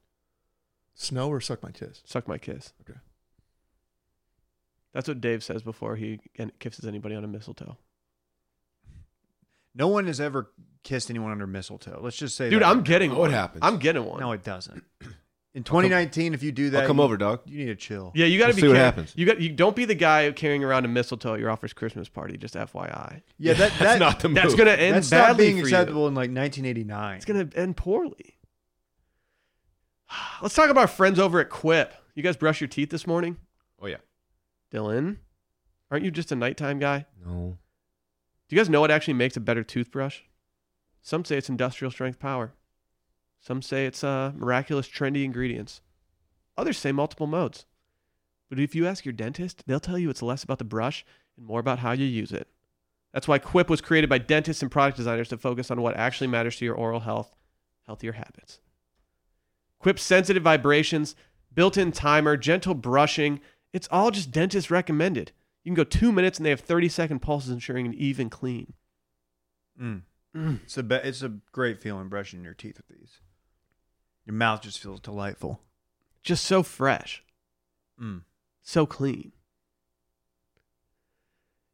Snow or suck my kiss?
Suck my kiss.
Okay.
That's what Dave says before he and kisses anybody on a mistletoe.
No one has ever kissed anyone under mistletoe. Let's just say,
Dude,
that.
I'm getting
What
one.
happens?
I'm getting one.
No,
<clears throat>
it doesn't. In 2019, if you do that,
I'll come
you-
over, dog.
You need to chill.
Yeah, you got to
We'll
be.
see what
care-
happens.
You got. You don't be the guy carrying around a mistletoe at your office Christmas party. Just FYI,
Yeah, that,
That's
that,
not the move.
that's gonna end
that's
badly
not being
for
acceptable
you.
in like 1989.
It's gonna end poorly. <sighs> Let's talk about our friends over at Quip. You guys brush your teeth this morning,
Oh yeah.
Dylan? Aren't you just a nighttime guy?
No.
Do you guys know what actually makes a better toothbrush? Some say it's industrial strength power. Some say it's uh, miraculous trendy ingredients. Others say multiple modes. But if you ask your dentist, they'll tell you it's less about the brush and more about how you use it. That's why Quip was created by dentists and product designers to focus on what actually matters to your oral health, healthier habits. Quip's sensitive vibrations, built in timer, gentle brushing, it's all just dentist recommended. You can go two minutes and they have 30 second pulses, ensuring an even clean.
Mm. It's a be- it's a great feeling brushing your teeth with these. Your mouth just feels delightful.
just so fresh,
Mm.
so clean.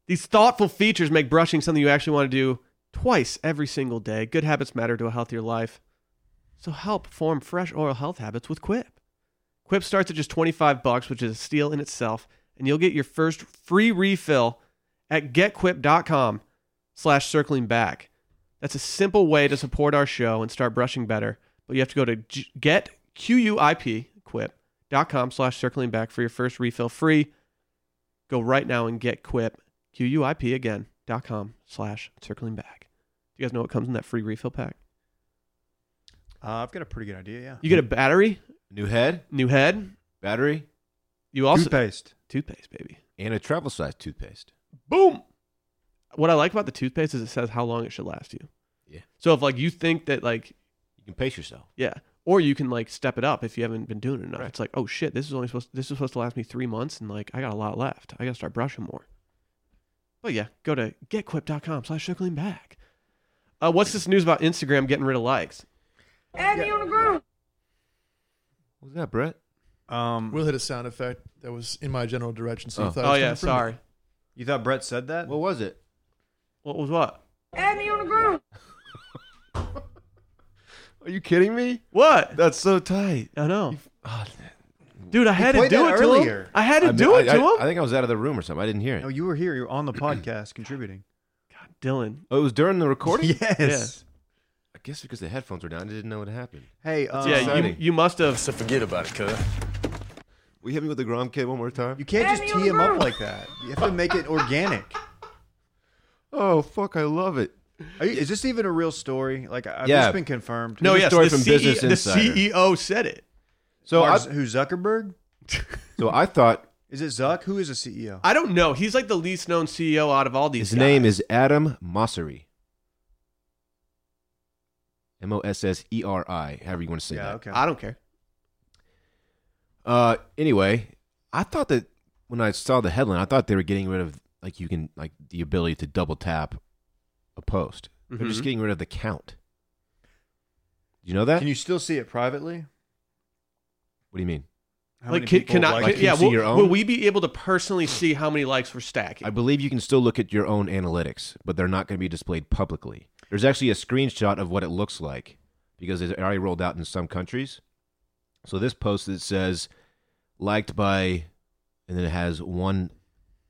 These thoughtful features make brushing something you actually want to do twice every single day. Good habits matter to a healthier life. So help form fresh oral health habits with Quip. Quip starts at just 25 bucks, which is a steal in itself, and you'll get your first free refill at getquip.com slash circling back. That's a simple way to support our show and start brushing better, but you have to go to g- getquip, quip.com slash circling back for your first refill free. Go right now and get quip, Q-U-I-P again, dot com slash circling back. Do you guys know what comes in that free refill pack?
Uh, I've got a pretty good idea. Yeah.
You get a battery,
New head,
new head.
battery,
You also
Toothpaste.
toothpaste, baby.
and a travel size toothpaste.
boom. What I like about the toothpaste is it says how long it should last you.
Yeah.
So if like you think that like
You can pace yourself.
yeah, or you can like step it up if you haven't been doing it enough.
Right.
It's like oh shit, this is only supposed this is supposed to last me three months, and like I got a lot left. I got to start brushing more. But yeah, go to getquip.com slash circling back. Uh, what's this news about Instagram getting rid of likes?
What was that, Brett?
Um,
We'll hit a sound effect that was in my general direction. So
Oh.
you thought it
Oh
was
yeah,
coming from me.
sorry.
you thought Brett said that?
What was it?
What was what?
Are you kidding me?
What?
That's so tight.
I know,
Oh,
dude. I had to
played
do
that
it to him.
earlier.
I had to
I-
do it
I,
to
I-
him.
I think I was out of the room or something. I didn't hear it.
no, you were here. You were on the
<clears throat>
podcast contributing.
God, Dylan,
Oh, it was during the recording.
Yes.
I guess because the headphones were down, I didn't know what happened.
Hey. Um,
yeah, you,
exciting.
you must have.
So forget about it, cuz.
Will you hit me with the Grom kid one more time?
You can't just tee him up like that. You have to make it organic.
Oh fuck, I love it.
Are you, is this even a real story? Like, I've
Yeah.
just been confirmed.
No,
Here's a
yes,
story
the
from
CEO
Business Insider.
The CEO said it.
So I,
Mark Z- who Zuckerberg?
so I <laughs> thought
Is it Zuck? Who is a E CEO?
I don't know. He's like the least known CEO out of all these.
his name is Adam Mosseri. M O S S E R I. However you want to say
yeah.
that.
Okay.
I don't care.
Uh, anyway, I thought that when I saw the headline, I thought they were getting rid of like you can like the ability to double tap a post. They're just
Mm-hmm.
Mhm.
getting rid of the count. You know that?
Can you still see it privately?
what do you mean?
How
like,
many
can,
people
can I?
like
can-
it?
it?
yeah,
Can you see
will,
your own?
will we be able to personally see how many likes we're stacking?
I believe you can still look at your own analytics, but they're not going to be displayed publicly. There's actually a screenshot of what it looks like because it's already rolled out in some countries. So this post that says liked by, and then it has one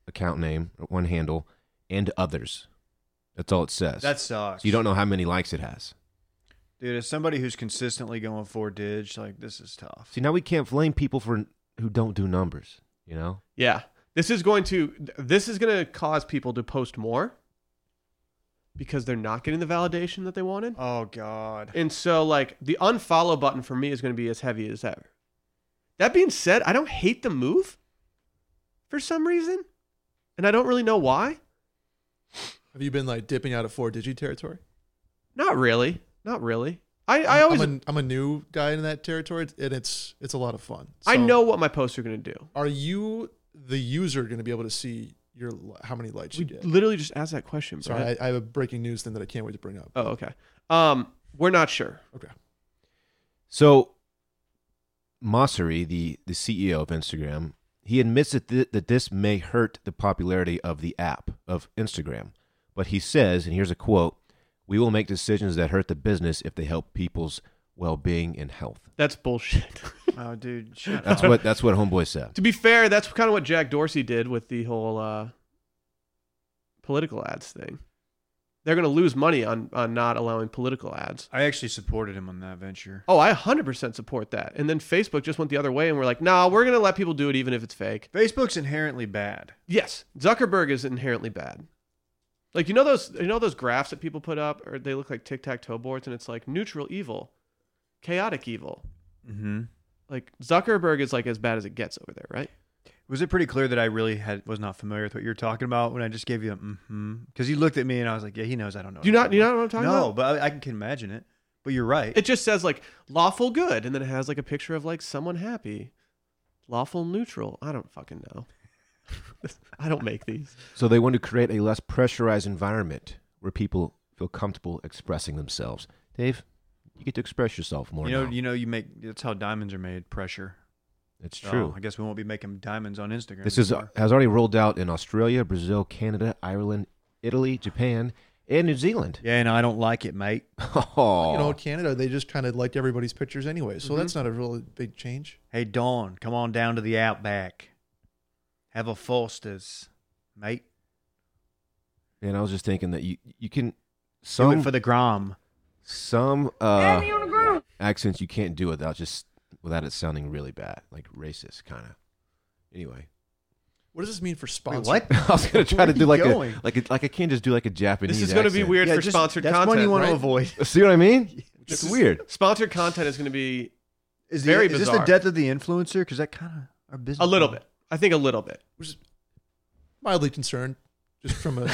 account name, one handle, and others. That's all it says.
That sucks.
so you don't know how many likes it has.
dude. As somebody who's consistently going four digits, like this is tough.
See now we can't blame people for who don't do numbers. You know,
yeah, this is going to this is going to cause people to post more because they're not getting the validation that they wanted.
oh god.
And so, like, the unfollow button for me is going to be as heavy as ever. That being said, I don't hate the move for some reason, and I don't really know why.
Have you been like dipping out of four digit territory?
Not really. Not really. I, I
I'm-
always
I'm a, I'm a new guy in that territory, and it's it's a lot of fun.
I
So,
know what my posts are going to do.
Are you the user going to be able to see your li- how many likes
We
you get?
literally just asked that question.
Sorry,
Brad.
I, I have a breaking news thing that I can't wait to bring up.
oh, okay. Um, we're not sure.
Okay.
so Massery, the, the CEO of Instagram, he admits that, th- that this may hurt the popularity of the app, of Instagram. But he says, and here's a quote We will make decisions that hurt the business if they help people's well being and health.
That's bullshit. <laughs>
Oh, dude, shut
That's what, that's what Homeboy said.
to be fair, that's kind of what Jack Dorsey did with the whole uh, political ads thing. They're going to lose money on, on not allowing political ads.
I actually supported him on that venture.
Oh, I 100% support that. And then Facebook just went the other way and we're like, nah, we're going to let people do it even if it's fake.
Facebook's inherently bad.
Yes, Zuckerberg is inherently bad. Like you know those you know those graphs that people put up, or they look like tic tac toe boards, and it's like neutral evil, chaotic evil.
Mm-hmm.
Like Zuckerberg is like as bad as it gets over there, right?
Was it pretty clear that I really had was not familiar with what you were talking about when I just gave you a mm-hmm? Because you looked at me and I was like, yeah, he knows I
Oh,
don't know.
Do you
what
not
I'm
do you not
talking
know what I'm talking
about.
about?
No, but I, I can imagine it. But you're right.
It just says like lawful good, and then it has like a picture of like someone happy, lawful neutral. I don't fucking know. <laughs> I don't make these.
So they want to create a less pressurized environment where people feel comfortable expressing themselves. Dave, you get to express yourself more
you know,
now.
you know, you make that's how diamonds are made. Pressure.
it's
So
true.
I guess we won't be making diamonds on Instagram.
This is
anymore.
has already rolled out in Australia, Brazil, Canada, Ireland, Italy, Japan, and New Zealand.
yeah, and I don't like it, mate.
<laughs> Oh,
You know, Canada, they just kind of liked everybody's pictures anyway, so
Mm-hmm.
that's not a really big change.
Hey, Dawn, come on down to the Outback. Have a Foster's, mate.
and I was just thinking that you you can
Do
some
it for the Grom.
some uh, accents you can't do without just without it sounding really bad, like racist kind of. Anyway, <laughs>
What does this mean for sponsor?
what?
I was gonna try
Where
to
are
do
you
like
going?
a like a, like I can't just do like a Japanese.
This is going to be
accent.
weird
Yeah,
for
just-
sponsored
that's
content.
one you want
right?
to avoid.
See what
<laughs>
I mean? It's
is-
weird.
Sponsored content is going to be
Is,
Very
the, is this the
bizarre.
death of the influencer? Because that kind of our business.
a little
model.
bit. I think a little bit.
Which is mildly concerned, just from a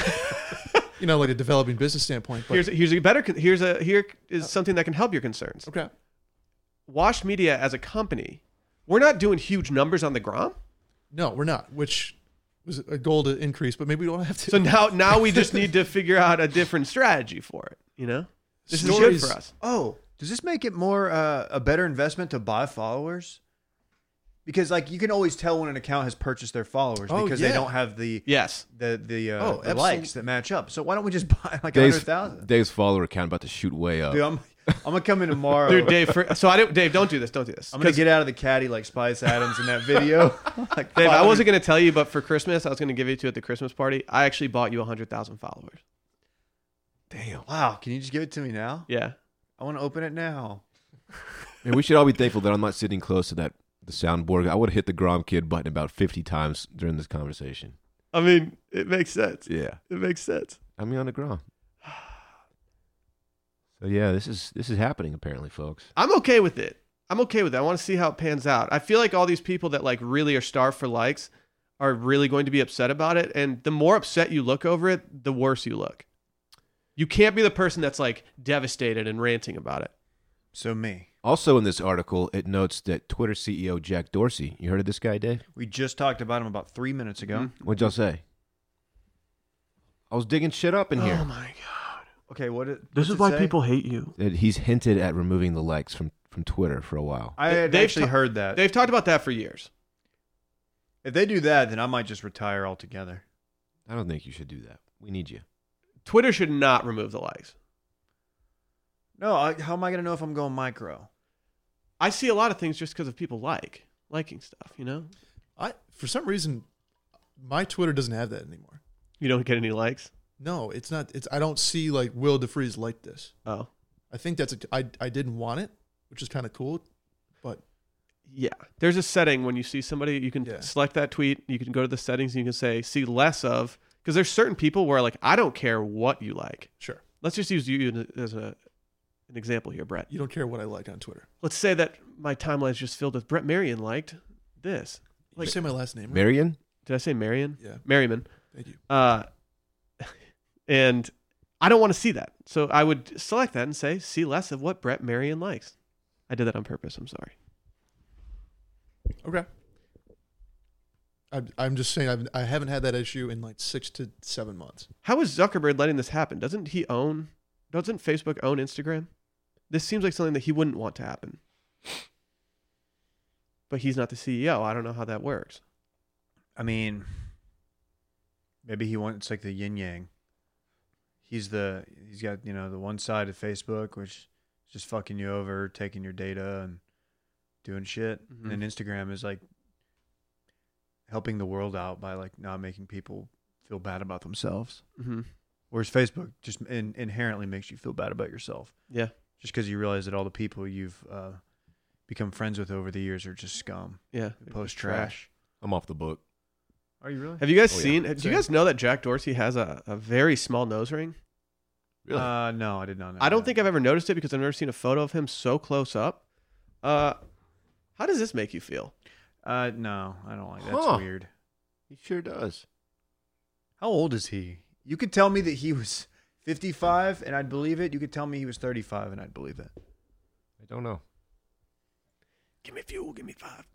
<laughs> you know like a developing business standpoint. But, Uh,
here's a, here's a better con- here's a here is something that can help your concerns.
okay.
Wash Media as a company, we're not doing huge numbers on the Grom.
No, we're not. Which was a goal to increase, but maybe we don't have to.
So now now we
<laughs>
just need to figure out a different strategy for it. You know, this is
Stories-
good for us.
Oh, does this make it more uh, a better investment to buy followers? Because like you can always tell when an account has purchased their followers
Oh,
because they
yeah.
don't have the
Yes,
the the, uh,
Oh,
the
absolute-
likes that match up. So why don't we just <laughs> buy like a hundred
Dave's,
thousand?
Dave's follower account about to shoot way up.
Dude, I'm I'm gonna come in tomorrow.
dude, Dave. For, so I don't, Dave, don't do this. Don't do this.
I'm gonna
'Cause,
get out of the caddy like Spice Adams
<laughs>
in that video. like,
Dave, I
500
wasn't gonna tell you, but for Christmas, I was gonna give it to you at the Christmas party. I actually bought you hundred thousand followers.
Damn.
Wow, can you just give it to me now?
Yeah,
I want to open it now.
And we should all be thankful that I'm not sitting close to that the soundboard. I would have hit the Grom Kid button about 50 times during this conversation.
I mean, it makes sense.
Yeah.
It makes sense.
I'm on the Grom. <sighs> So yeah, this is this is happening apparently, folks.
I'm okay with it. I'm okay with it. I want to see how it pans out. I feel like all these people that like really are starved for likes are really going to be upset about it. And the more upset you look over it, the worse you look. You can't be the person that's like devastated and ranting about it.
So me,
Also in this article, it notes that Twitter CEO Jack Dorsey. You heard of this guy, Dave?
we just talked about him about three minutes ago.
Mm-hmm.
What'd y'all say? I was digging shit up in
Oh
here.
my god.
Okay, what? It,
This
what's
is
it
why
say?
people hate you.
That he's hinted at removing the likes from from Twitter for a while.
I had
They've
actually
ta-
heard that.
They've talked about that for years.
If they do that, then I might just retire altogether.
I don't think you should do that. We need you.
Twitter should not remove the likes.
No, I, how am I going to know if I'm going micro?
I see a lot of things just because of people like liking stuff, you know?
I for some reason, my Twitter doesn't have that anymore.
You don't get any likes.
No, it's not. It's I don't see like Will DeFreeze like this.
Oh.
I think that's a, I I didn't want it, which is kind of cool, but
Yeah. There's a setting when you see somebody, you can
Yeah.
select that tweet. You can go to the settings and you can say, see less of. Because there's certain people where, like, I don't care what you like.
sure.
Let's just use you as a, an example here, Brett.
You don't care what I like on Twitter.
Let's say that my timeline's just filled with Brett Marion liked this.
Did you say my last name? right?
Marion?
Did I say Marion?
Yeah.
Merriman.
Thank you.
Uh, <laughs> and I don't want to see that. So I would select that and say, see less of what Brett Marion likes. I did that on purpose. I'm sorry.
Okay. I'm, I'm just saying I've, I haven't had that issue in like six to seven months.
How is Zuckerberg letting this happen? Doesn't he own? Doesn't Facebook own Instagram? This seems like something that he wouldn't want to happen. but he's not the CEO. I don't know how that works.
I mean, maybe he wants like the yin yang. He's the he's got you know the one side of Facebook which is just fucking you over, taking your data and doing shit,
Mhm.
and then Instagram is like helping the world out by like not making people feel bad about themselves.
Mm-hmm.
Whereas Facebook just in, inherently makes you feel bad about yourself.
Yeah.
Just because you realize that all the people you've uh, become friends with over the years are just scum,
Yeah.
who post trash.
I'm off the book.
Are you really?
Have you guys
Oh, yeah.
seen? Do you guys know that Jack Dorsey has a, a very small nose ring?
Really?
Uh, no, I did not. know
I don't
that.
think I've ever noticed it because I've never seen a photo of him so close up. Uh, how does this make you feel?
Uh, no, I don't like that. That's
Huh.
weird.
he sure does.
How old is he? You could tell me that he was 55 and I'd believe it. You could tell me he was 35 and I'd believe it.
I don't know.
Give me fuel. Give me five.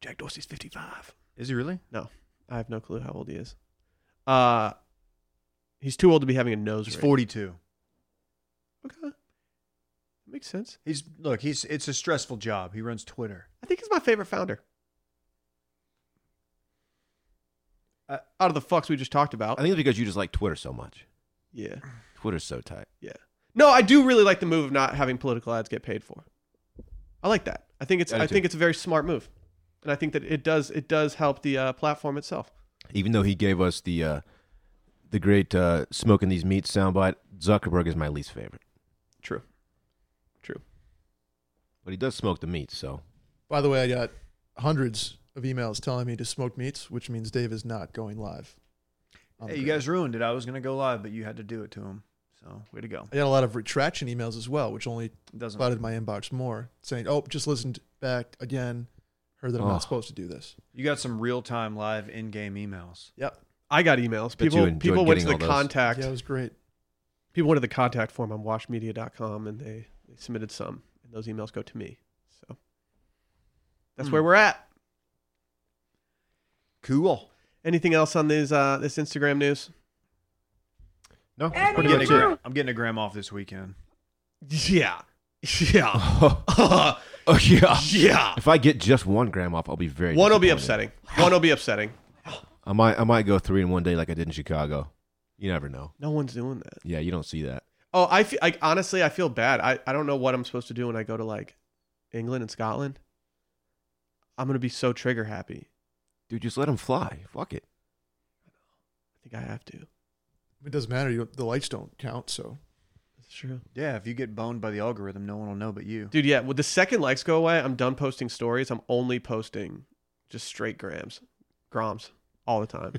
Jack Dorsey's fifty-five.
Is he really?
I have no clue how old he is. Uh, he's too old to be having a nose
He's
ring.
42.
Okay, makes sense.
He's look. He's it's a stressful job. He runs Twitter.
I think he's my favorite founder.
Uh,
Out of the fucks we just talked about.
I think it's because you just like Twitter so much.
yeah.
Twitter's so tight.
No, I do really like the move of not having political ads get paid for. I like that. I think it's
I do
I think
too.
it's a very smart move, and I think that it does it does help the uh, platform itself.
Even though he gave us the uh, the great uh, smoking these meats soundbite, Zuckerberg is my least favorite.
True. True.
But he does smoke the meats, so
By the way, I got hundreds of emails telling me to smoke meats, which means Dave is not going live. on the
Hey, you
grid.
guys ruined it. I was gonna go live, but you had to do it to him. So way to go.
I got a lot of retraction emails as well, which only
Doesn't.
flooded my inbox more, saying, "Oh, just listened back again, heard that I'm
Oh.
not supposed to do this."
you got some real time live in game emails.
I got emails.
Bet you
People
enjoyed
people went to the
getting all those.
contact.
Yeah, it was great.
People went to the contact form on washmedia.com and they, they submitted some, and those emails go to me. So that's
Hmm.
where we're at.
Cool.
Anything else on these uh, this Instagram news?
no, that's
I'm
pretty
getting, a
much it.
gram, I'm getting a gram off this weekend.
Yeah. Yeah.
Oh, <laughs> yeah.
<laughs> yeah.
If I get just one gram off, I'll be very.
One will be
disappointed.
upsetting. One will be upsetting.
I might I might go three in one day like I did in Chicago. You never know.
No one's doing that.
Yeah, you don't see that.
Oh, I feel like honestly, I feel bad. I, I don't know what I'm supposed to do when I go to like England and Scotland. I'm gonna be so trigger happy.
Dude, just let him fly. Fuck it.
I think I have to.
It doesn't matter. You don't, the lights don't count, so
That's true,
Yeah, if you get boned by the algorithm, no one will know but you.
dude. Yeah, well, the second likes go away, I'm done posting stories. I'm only posting just straight grams, groms all the <laughs> time.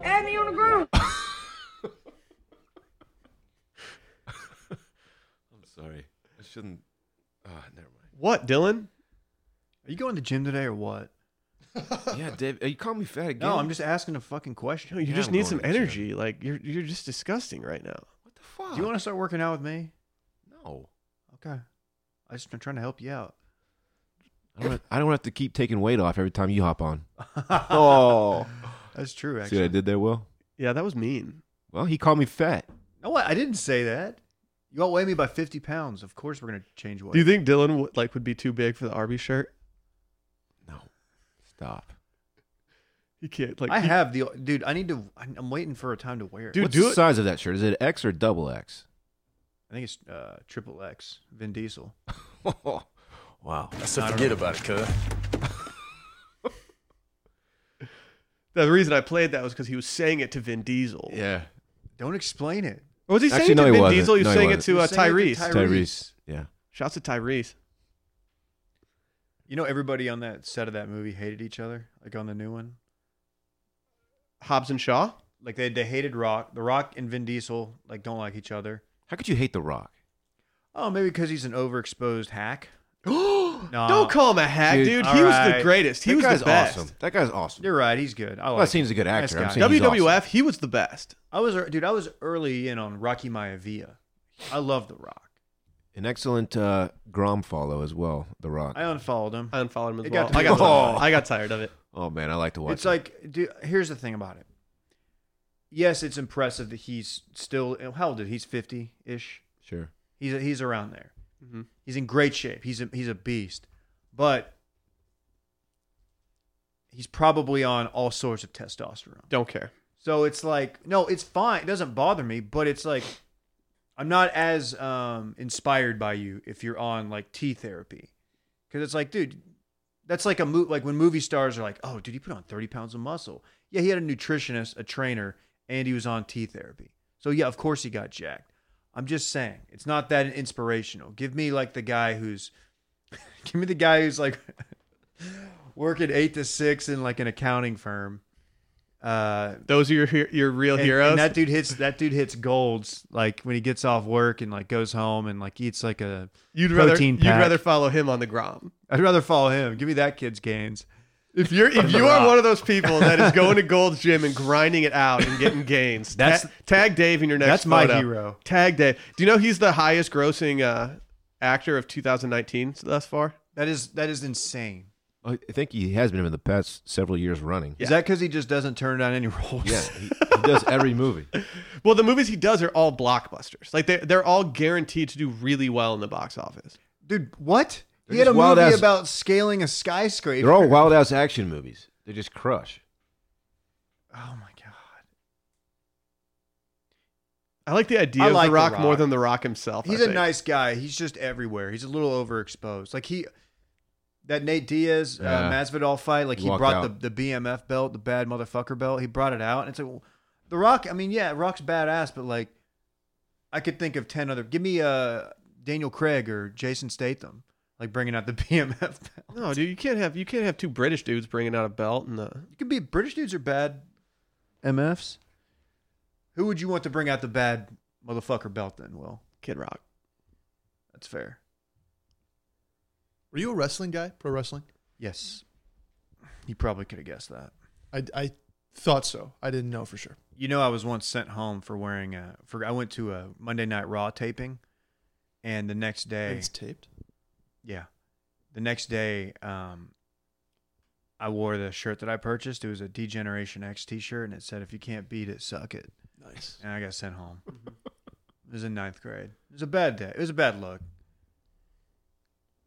Add me on the ground.
I'm sorry. I shouldn't. Ah, never mind.
what, Dylan?
Are you going to the gym today or what?
Yeah, Dave, uh, you call me fat again?
No, I'm just asking a fucking question.
No, you
Yeah,
just
I'm
need
going
some
to the gym.
energy. Like you're you're just disgusting right now.
What the fuck?
Do you want to start working out with me?
No.
Okay. I just am trying to help you out.
I don't, I don't have to keep taking weight off every time you hop on.
oh, that's true.
See what I
Actually,
did there, Will?
Yeah, that was mean.
Well, he called me fat.
no, what? I didn't say that. You outweigh me by fifty pounds. Of course, we're gonna change weight.
Do you think Dylan would, like would be too big for the Arby shirt?
No. Stop.
He can't. Like
I
he-
have the dude. I need to. I'm I'm waiting for a time to wear it.
Dude,
What's
do
the
it-
size of that shirt? Is it X or double X?
I think it's uh, triple X. Vin Diesel.
wow.
So forget about it, cuz.
The reason I played that was because he was saying it to Vin Diesel.
Yeah.
Don't explain it.
Or was he
Actually,
saying
no,
it to
he
Vin
wasn't.
Diesel? He was
No, he
saying it
wasn't.
to
He
uh,
was saying it
Tyrese.
to
Tyrese.
Tyrese.
Yeah.
Shouts to Tyrese.
You know, everybody on that set of that movie hated each other. Like on the new one,
Hobbs and Shaw.
like they they hated Rock. The Rock and Vin Diesel like don't like each other.
How could you hate The Rock?
Oh, maybe because he's an overexposed hack. no,
Don't call him a hack,
Dude,
dude.
all
He was the
right.
greatest. He
that
was
guy's
the best.
awesome. That guy's awesome.
You're right. He's good. I like.
well, that
him.
seems a good
Nice
actor. I'm
guy.
saying he's
WWF.
awesome.
He was the best.
I was, dude. I was early in on Rocky Maivia. I love The Rock.
An excellent uh, Grom follow as well, The Rock.
I unfollowed him.
I unfollowed him as
It got Oh.
well.
to
I
be
got,
<laughs> a lot.
tired. I got tired of it.
oh, man, I like to watch
It's
him.
like, dude. Here's the thing about it. Yes, it's impressive that he's still. How old is he? He's fifty ish.
Sure.
He's he's around there.
Mhm.
He's in great shape. He's a, he's a beast, but he's probably on all sorts of testosterone.
Don't care.
So it's like, no, it's fine. It doesn't bother me, but it's like, I'm not as um, inspired by you if you're on like tea therapy. Cause it's like, dude, that's like a move. Like when movie stars are like, oh, dude, he put on 30 pounds of muscle. Yeah, he had a nutritionist, a trainer, and he was on tea therapy. So yeah, of course he got jacked. I'm just saying, it's not that inspirational. Give me like the guy who's, <laughs> give me the guy who's like <laughs> working eight to six in like an accounting firm. Uh,
Those are your he- your real
and-
heroes.
And that dude hits that dude hits golds like when he gets off work and like goes home and like eats like a.
you'd rather
protein
you'd
pack.
rather follow him on the Grom.
I'd rather follow him. Give me that kid's gains.
If you're if you are one of those people that is
<laughs>
going to Gold's Gym and grinding it out and getting gains,
That's-
ta- tag Dave in your next.
that's my
photo.
hero.
Tag Dave. Do you know he's the highest grossing uh, actor of 2019 thus far?
That is that is insane.
I think he has been in the past several years running.
Is that because he just doesn't turn down any <laughs> roles?
Yeah, he, he does every movie.
Well, the movies he does are all blockbusters. Like they they're all guaranteed to do really well in the box office.
dude, what?
They're
he had a
just wild
movie
ass-
about scaling a skyscraper.
They're all wild ass action movies. They just crush.
Oh my god.
I like the idea
I
of
like
the
The
Rock, more
Rock.
than the Rock himself. I
He's a
think.
nice guy. He's just everywhere. He's a little overexposed. Like he, that Nate Diaz
Yeah.
uh, Masvidal fight. Like
He
he,
walked
brought
out.
the, the BMF belt, the bad motherfucker belt. He brought it out, and it's like well, the Rock. I mean, yeah, Rock's badass, but like, I could think of ten other. Give me uh Daniel Craig or Jason Statham, like bringing out the <laughs> BMF. Belt.
No, dude, you can't have you can't have two British dudes bringing out a belt and the
You could be British dudes are bad MFs. Who would you want to bring out the bad motherfucker belt then? Well,
Kid Rock.
that's fair.
Were you a wrestling guy? Pro wrestling?
Yes. You probably could have guessed that.
I, I thought so. I didn't know for sure.
You know, I was once sent home for wearing a. For I went to a Monday Night Raw taping, and the next day,
It's taped.
yeah, the next day, um, I wore the shirt that I purchased. It was a Degeneration X T-shirt, and it said, "If you can't beat it, suck it."
Nice.
And I got sent home. it was in ninth grade. It was a bad day. It was a bad look.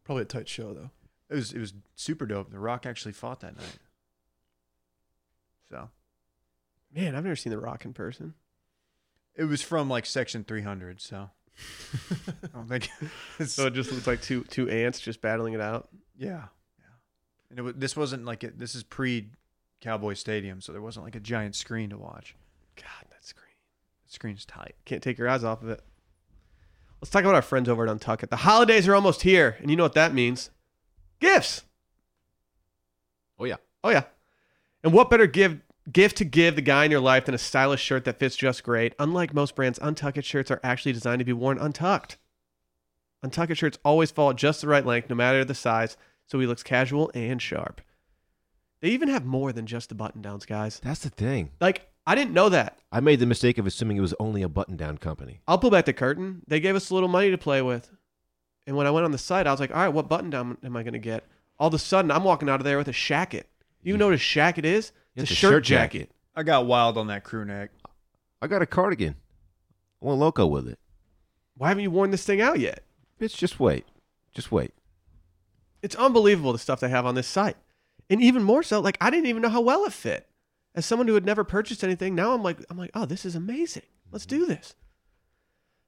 Probably a tight show though.
It was it was super dope. The Rock actually fought that night. So
Man, I've never seen the Rock in person.
it was from like section three hundred. So I don't think. <laughs> it's-
So it just looks like two two ants just battling it out.
Yeah, yeah. And it was, this wasn't like it. This is pre Cowboy Stadium, so there wasn't like a giant screen to watch.
God, that screen.
The screen's tight.
Can't take your eyes off of it. Let's talk about our friends over at Untuck It. The holidays are almost here, and you know what that means. Gifts.
Oh yeah.
Oh yeah. And what better give gift to give the guy in your life than a stylish shirt that fits just great? Unlike most brands, Untuck It shirts are actually designed to be worn untucked. Untuck It shirts always fall at just the right length, no matter the size, so he looks casual and sharp. They even have more than just the button downs, guys.
That's the thing.
Like, I didn't know that.
I made the mistake of assuming it was only a button down company.
I'll pull back the curtain. They gave us a little money to play with. And when I went on the site, I was like, all right, what button down am I going to get? All of a sudden, I'm walking out of there with a shacket. You know what a shacket is? It's, a shirt, jacket.
I got wild on that crew neck.
I got a cardigan. I went loco with it.
Why haven't you worn this thing out yet?
Bitch, just wait. Just wait.
It's unbelievable the stuff they have on this site. And even more so, like, I didn't even know how well it fit. As someone who had never purchased anything, now I'm like, I'm like, oh, this is amazing. Let's do this.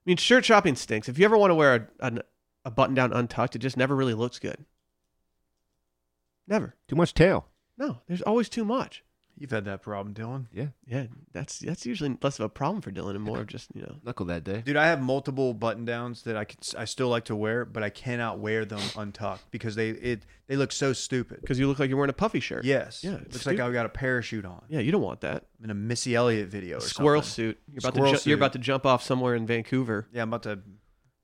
I mean, shirt shopping stinks. If you ever want to wear a, a, a button down untucked, it just never really looks good. Never.
Too much tail.
No, there's always too much.
You've had that problem, Dylan.
Yeah.
Yeah, that's that's usually less of a problem for Dylan and more of just you know.
Knuckle that day.
Dude, I have multiple button downs that I could, I still like to wear, but I cannot wear them <laughs> untucked because they it they look so stupid.
Because you look like you're wearing a puffy shirt.
Yes.
Yeah,
Looks
it's
like
stupid.
I've got a parachute on.
yeah, you don't want that
I'm in a Missy Elliott video or
squirrel
something.
suit. You're about
Squirrel
to ju- you're
suit.
about to jump off somewhere in Vancouver.
Yeah, I'm about to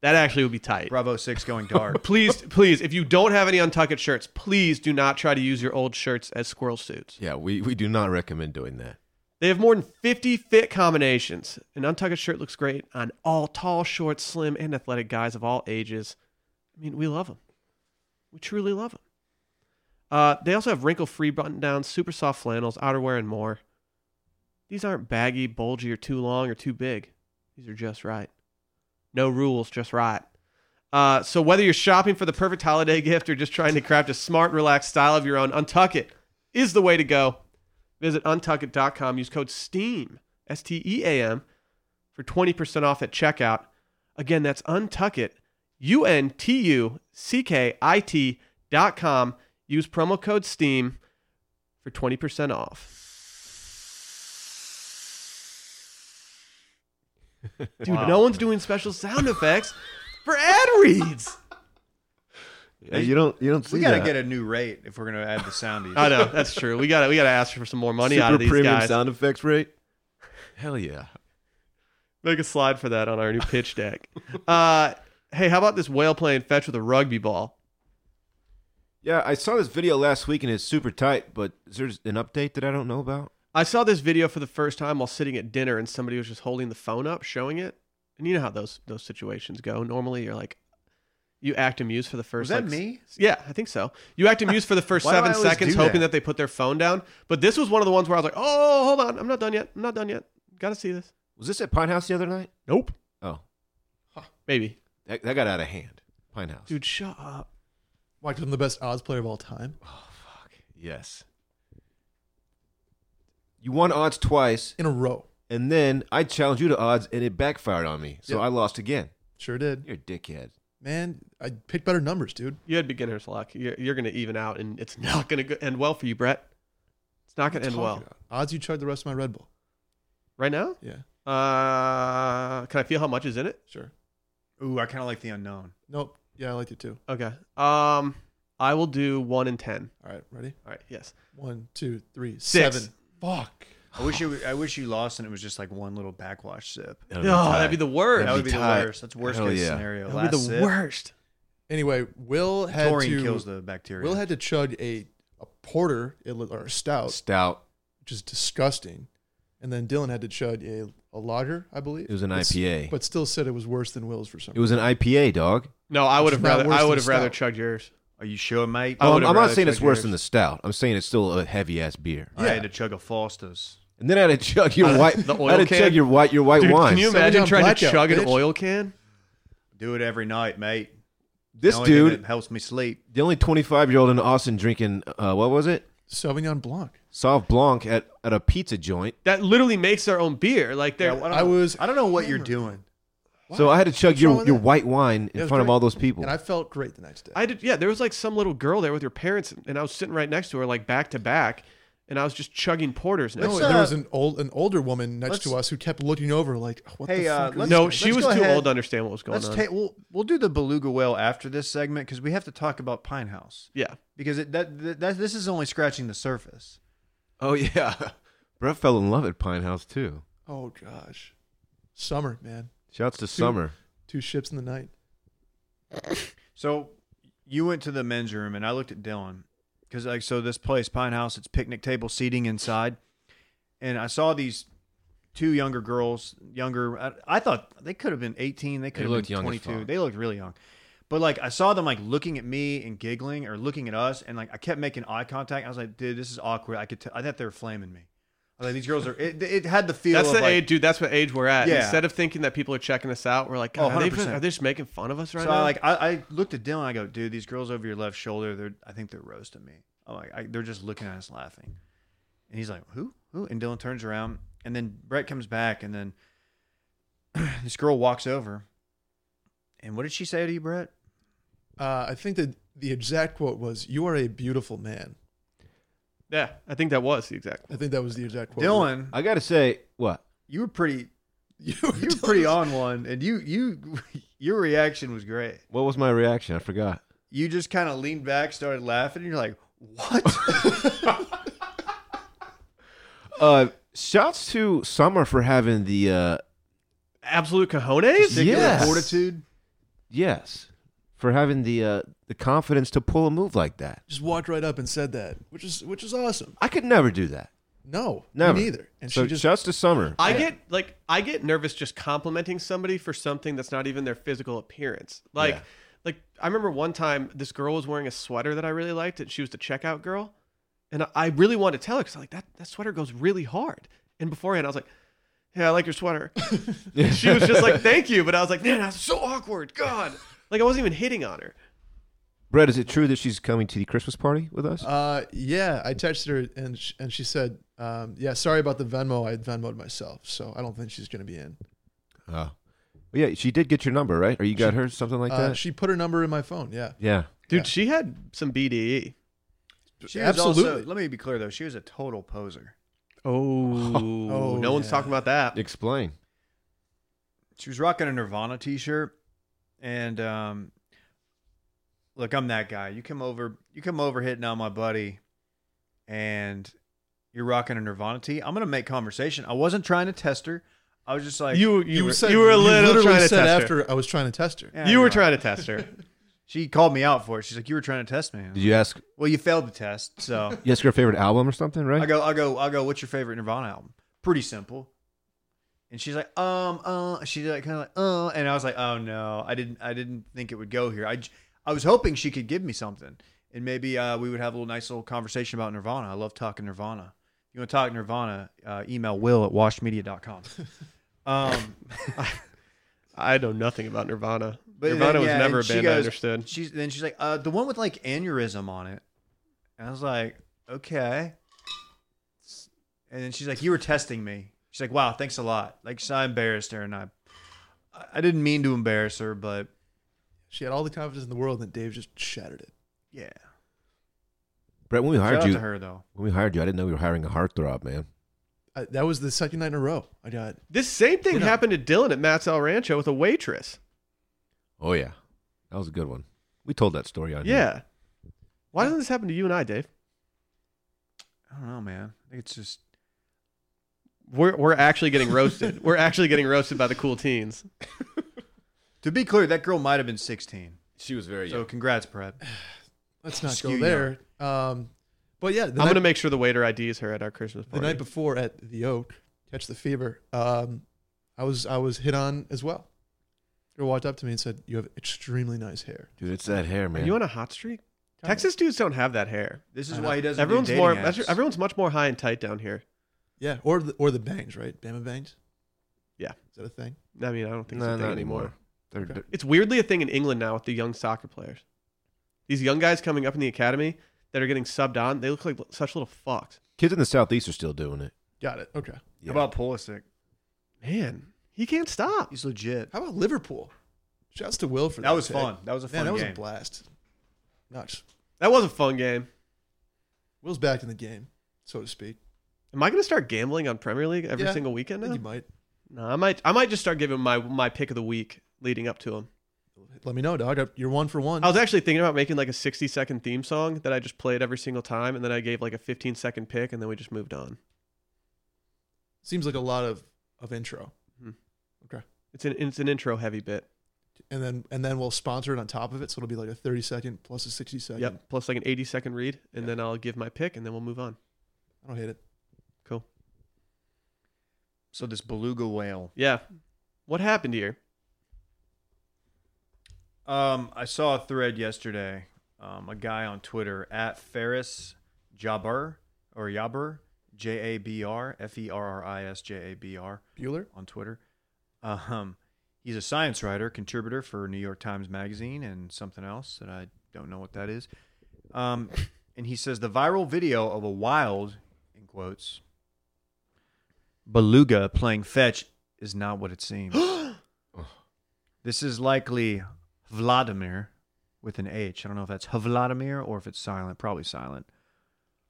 That actually would be tight.
Bravo Six going
<laughs>
dark.
Please, please, if you don't have any untucked shirts, please do not try to use your old shirts as squirrel suits.
Yeah, we, we do not recommend doing that.
They have more than 50 fit combinations. An untucked shirt looks great on all tall, short, slim, and athletic guys of all ages. I mean, we love them. We truly love them. Uh, they also have wrinkle free button downs, super soft flannels, outerwear, and more. These aren't baggy, bulgy, or too long or too big. These are just right. No rules, just right. Uh, so whether you're shopping for the perfect holiday gift or just trying to craft a smart, relaxed style of your own, Untuck It is the way to go. Visit untuckit.com. Use code STEAM, S T E A M, for 20% off at checkout. Again, that's Untuckit, U N T U C K I T dot com. Use promo code STEAM for 20% off. Dude, no one's doing special sound effects for ad reads.
Yeah, you don't you don't see
We gotta
that.
get a new rate if we're gonna add the soundies.
<laughs> I know that's true. We got to we got to ask for some more money
super
out of these
premium
guys.
sound effects rate.
Hell yeah.
Make a slide for that on our new pitch deck. uh, hey, how about this whale playing fetch with a rugby ball?
Yeah, I saw this video last week and it's super tight, but is there an update that I don't know about?
I saw this video for the first time while sitting at dinner, and somebody was just holding the phone up, showing it. And you know how those those situations go. Normally, you're like, you act amused for the first.
Was
like,
that me?
Yeah, I think so. You act amused for the first
<laughs> Why do I
seven
always
seconds,
do
hoping that
that?
they put their phone down. But this was one of the ones where I was like, oh, hold on, I'm not done yet. I'm not done yet. Got to see this.
Was this at Pine House the other night?
Nope.
Oh,
Maybe,
that, that got out of hand. Pine House.
dude, shut up.
Why? Because I'm the best odds player of all time.
Oh, Yes. You won odds twice,
In a row.
and then I challenged you to odds, and it backfired on me. So
Yeah.
I lost again.
Sure did.
You're a dickhead.
Man, I picked better numbers, dude.
You had beginner's luck. You're, you're going to even out, and it's not going to end well for you, Brett. It's not going to end
Talking
well.
about- Odds you chug the rest of my Red Bull.
Right now?
Yeah,
Uh, can I feel how much is in it?
sure.
Ooh, I kind of like the unknown.
Nope. Yeah, I liked it too.
Okay. Um, I will do one in ten.
All right, ready?
All right. Yes.
One, two, three,
Six.
seven. Fuck.
I wish you I wish you lost and it was just like one little backwash sip.
Oh, that'd be the worst.
That
That
would be the
tight.
worst. That's worst
Hell
case
yeah.
scenario.
would,
Last
be the
sip,
worst.
Anyway, Will had
Taurine
to
kills the bacteria.
Will had to chug a a porter it li- or a stout,
Oh, Stout.
which is disgusting, and then Dylan had to chug a a lager, I believe.
It was an
But s-
IPA.
but still said it was worse than Will's for some.
It was an IPA, dog.
No, I would
It's
have
not
rather.
worse
I
than
would have rather
stout.
chugged yours.
Are you sure, mate?
I
Well,
would've
Oh, I'm not
rather
saying it's
chugged
worse
yours.
than the stout. I'm saying it's still a heavy ass beer.
I had to chug a Foster's.
And then I had to chug your white.
Uh, the oil
I had to
can?
chug your white. Your white
Dude,
wine.
can you
Somebody
imagine
on
trying to
blackout,
chug an
bitch.
oil can?
Do it every night, mate.
this
The only thing
dude,
that helps me sleep.
the only 25 year old in Austin, drinking uh, what was it?
Sauvignon Blanc.
Sauve Blanc at, at a pizza joint.
That literally makes their own beer. Like they're.
Yeah, I, don't
I
know-
was-
I don't know what you're
Hammer.
doing.
So I had to chug
What's wrong
your
with
your
that?
white wine in
It was
front of
great.
all those people.
And I felt great the next day.
I did. Yeah, there was like some little girl there with her parents, and I was sitting right next to her, like back to back, and I was just chugging porters. Next
no,
to
Let's,
her.
there
uh,
was an old, an older woman next to
let's-
us who kept looking over, like, "Oh, "What
Hey,
the
uh,
fuck?" are
let's-
these
no,
guys?"
she was
go
too
ahead.
old to understand what was going
Let's
on.
take. We'll we'll do the beluga whale after this segment because we have to talk about Pine House
yeah.
because it, that, that that this is only scratching the surface.
Oh yeah, <laughs> Brett fell in love at Pine House too.
Oh gosh, summer, man.
Shouts to Summer.
Two ships in the night.
So you went to the men's room, and I looked at Dylan because, like, so this place, Pine House, it's picnic table seating inside, and I saw these two younger girls, younger. I, I thought they could have been eighteen, they could have
looked
been
young as
twenty-two.
fuck.
They looked really young, but like I saw them like looking at me and giggling or looking at us, and like I kept making eye contact. I was like, dude, this is awkward. I could, tell I thought they were flaming me. I was like, these girls are. It, it had the feel.
That's
of
the
like,
age, dude. That's what age we're at.
Yeah.
Instead of thinking that people are checking us out, we're like,
Oh,
God, are, they,
100%.
are they just making fun of us right
so
now?
I like I, I looked at Dylan. I go, dude, these girls over your left shoulder, they're I think they're roasting me. I'm like, I, they're just looking at us laughing, and he's like, who, who? And Dylan turns around, and then Brett comes back, and then <clears throat> this girl walks over, and what did she say to you, Brett?
Uh, I think that the exact quote was, "You are a beautiful man."
yeah, I think that was the exact.
I think that was the exact quote.
Dylan,
I gotta say, what?
you were pretty,
<laughs> you
you were pretty on one, and you you <laughs> your reaction was great.
What was my reaction? I forgot.
You just kind of leaned back, started laughing, and you're like, what?
Uh, shouts to Summer for having the uh,
Absolute cojones.
Particular
Yes.
fortitude.
yes, for having the uh, the confidence to pull a move like that.
<laughs> Just walked right up and said that, which is which is awesome.
I could never do that.
No,
Never.
me neither. And
so
she just
shouts to Summer.
I get like I get nervous just complimenting somebody for something that's not even their physical appearance. Like
Yeah.
like I remember one time this girl was wearing a sweater that I really liked, and she was the checkout girl, and I, I really wanted to tell her because like that that sweater goes really hard. And beforehand, I was like. <laughs> Yeah, I like your sweater. she was just like, "Thank you," but I was like, "Man, that's so awkward." God, Like I wasn't even hitting on her.
Brett, is it true that she's coming to the Christmas party with us?
Uh, yeah, I texted her and sh- and she said, um, "Yeah, sorry about the Venmo. I Venmoed myself, so I don't think she's gonna be in."
Oh. Well, yeah, she did get your number, right? Or you got her something like
Uh,
that?
she put her number in my phone. Yeah,
yeah.
Dude,
Yeah.
she had some E. BDE.
She
Absolutely.
absolutely. let me be clear though. She was a total poser.
Oh, <laughs> no one's
yeah.
talking about that.
Explain.
She was rocking a Nirvana T-shirt, and um, look, I'm that guy. You come over, you come over hitting on my buddy, and you're rocking a Nirvana T. I'm gonna make conversation. I wasn't trying to test her. I was just like,
you you, were, you were a little
literally
trying to
said
test her.
after I was trying to test her.
Yeah,
You
you're
were
right.
trying to test her.
<laughs> She called me out for it. She's like, you were trying to test me.
Did you ask
well, you failed the test, so
you ask her favorite album or something, right?
I go, I go, I go. What's your favorite Nirvana album? Pretty simple. And she's like, um, uh, she's like, kind of like, uh, and I was like, oh no, I didn't, I didn't think it would go here. I, j- I was hoping she could give me something, and maybe uh, we would have a little nice little conversation about Nirvana. I love talking Nirvana. You want to talk Nirvana? Uh, email Will at washmedia.com. Um,
I know nothing about Nirvana.
but
Nirvana
then,
was
yeah,
never a
and she
band I
goes-
understood.
She's then she's like, uh, the one with like aneurysm on it, and I was like, okay. And then she's like, you were testing me. She's like, wow, thanks a lot. Like, so I embarrassed her, and I, I didn't mean to embarrass her, but
She had all the confidence in the world, and Dave just shattered it.
yeah.
Brett, when we
Shout
hired
out
you,
to her though.
when we hired you, I didn't know we were hiring a heartthrob, man.
I, that was the second night in a row. I got
This same thing
You know-
happened to Dylan at Matt's El Rancho with a waitress.
Oh yeah, that was a good one. We told that story on. here.
Yeah. Why doesn't this happen to you and I, Dave?
I don't know, man. I think it's just
We're we're actually getting roasted. we're actually getting roasted by the cool teens.
to be clear, that girl might have been sixteen.
she was very.
So congrats, Brett.
let's not
Skew
go there. Um, but yeah, the,
I'm
night,
gonna make sure the waiter IDs her at our Christmas
the
party.
night before at the Oak, catch the fever. Um, I was I was hit on as well. Girl walked up to me and said, "You have extremely nice hair."
Dude, it's that hair,
Are
man.
you on a hot streak? Texas dudes don't have that hair.
This is
I
why he doesn't.
Everyone's
do dating
more
apps.
everyone's much more high and tight down here.
Yeah, or the, or the bangs, right? Bama bangs.
Yeah.
is that a thing?
I mean, I don't think
no,
it's a thing
not
anymore.
anymore. They're,
Okay.
they're-
It's weirdly a thing in England now with the young soccer players. These young guys coming up in the academy that are getting subbed on, they look like such little fucks.
kids in the southeast are still doing it.
Got it. Okay.
Yeah.
How about Pulisic?
Man, he can't stop.
He's legit.
How about Liverpool? Shouts to Will for that.
That was
pick.
fun. That was a
Man,
fun
that was a
game.
blast. Nuts.
That was a fun game.
Will's back in the game, so to speak.
Am I going to start gambling on Premier League every
Yeah,
single
I
weekend
think
now?
you might.
No, I might. I might just start giving my my pick of the week leading up to him.
Let me know, dog. You're one for one.
I was actually thinking about making like a 60 second theme song that I just played every single time, and then I gave like a 15 second pick, and then we just moved on.
Seems like a lot of of intro,
It's an it's an intro heavy bit.
and then and then we'll sponsor it on top of it, so it'll be like a thirty second plus a sixty second.
Yep. Plus like an 80 second read, and then I'll give my pick, and then we'll move on.
I don't hate it.
Cool.
So this beluga whale.
Yeah. What happened here?
Um, I saw a thread yesterday. Um, a guy on Twitter at Ferris Jabber or Jabber J A B R F E R R I S J A B R
Bueller.
on Twitter. Um, he's a science writer, contributor for New York Times Magazine, and something else that I don't know what that is. Um, and he says the viral video of a wild, in quotes, beluga playing fetch is not what it seems. this is likely Vladimir with an H. I don't know if that's Vladimir or if it's silent, probably silent.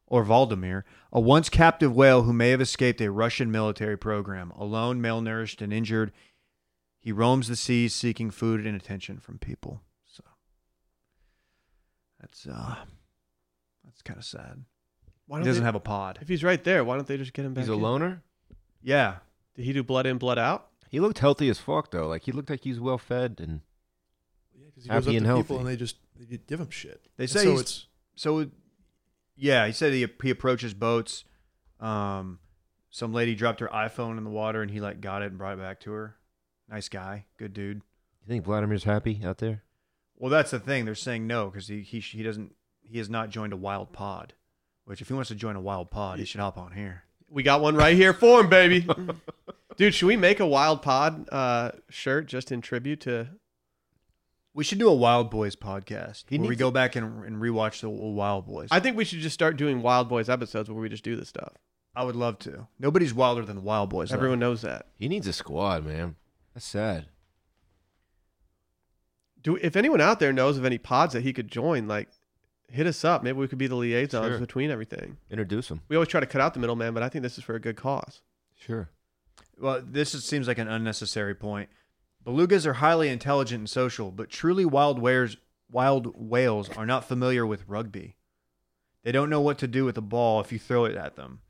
Or Valdemir, a once captive whale who may have escaped a Russian military program. Alone, malnourished, and injured, he roams the seas seeking food and attention from people. So that's uh that's kind of sad.
Why
he
don't
doesn't
they-
have a pod.
If he's right there, why don't they just get him back?
He's a
in?
loner.
Yeah.
Did he do blood in, blood out?
He looked healthy as fuck though. Like he looked like he's well fed and
Yeah, because he
Happy
goes up to
and healthy.
people and they just they give him shit.
They
And
say
so.
he's-
It's
So yeah, he said he he approaches boats. Um some lady dropped her iPhone in the water and he like got it and brought it back to her. Nice guy, good dude.
you think Vladimir's happy out there?
Well, that's the thing. They're saying no because he, he he doesn't he has not joined a wild pod. Which, if he wants to join a wild pod, he should hop on here.
We got one right here for him, baby. Dude, should we make a wild pod uh, shirt just in tribute to
We should do a Wild Boys podcast
He
where we
needs
go back and, and rewatch the Wild Boys.
I think we should just start doing Wild Boys episodes where we just do this stuff.
I would love to. Nobody's wilder than the Wild Boys. though.
Everyone knows that.
He needs a squad, man. That's sad.
Do if anyone out there knows of any pods that he could join, like hit us up. Maybe we could be the liaisons
Sure.
between everything.
Introduce him.
We always try to cut out the middleman, but I think this is for a good cause.
Sure.
Well, this is, seems like an unnecessary point. Belugas are highly intelligent and social, but truly wild whales, wild whales are not familiar with rugby. They don't know what to do with a ball if you throw it at them.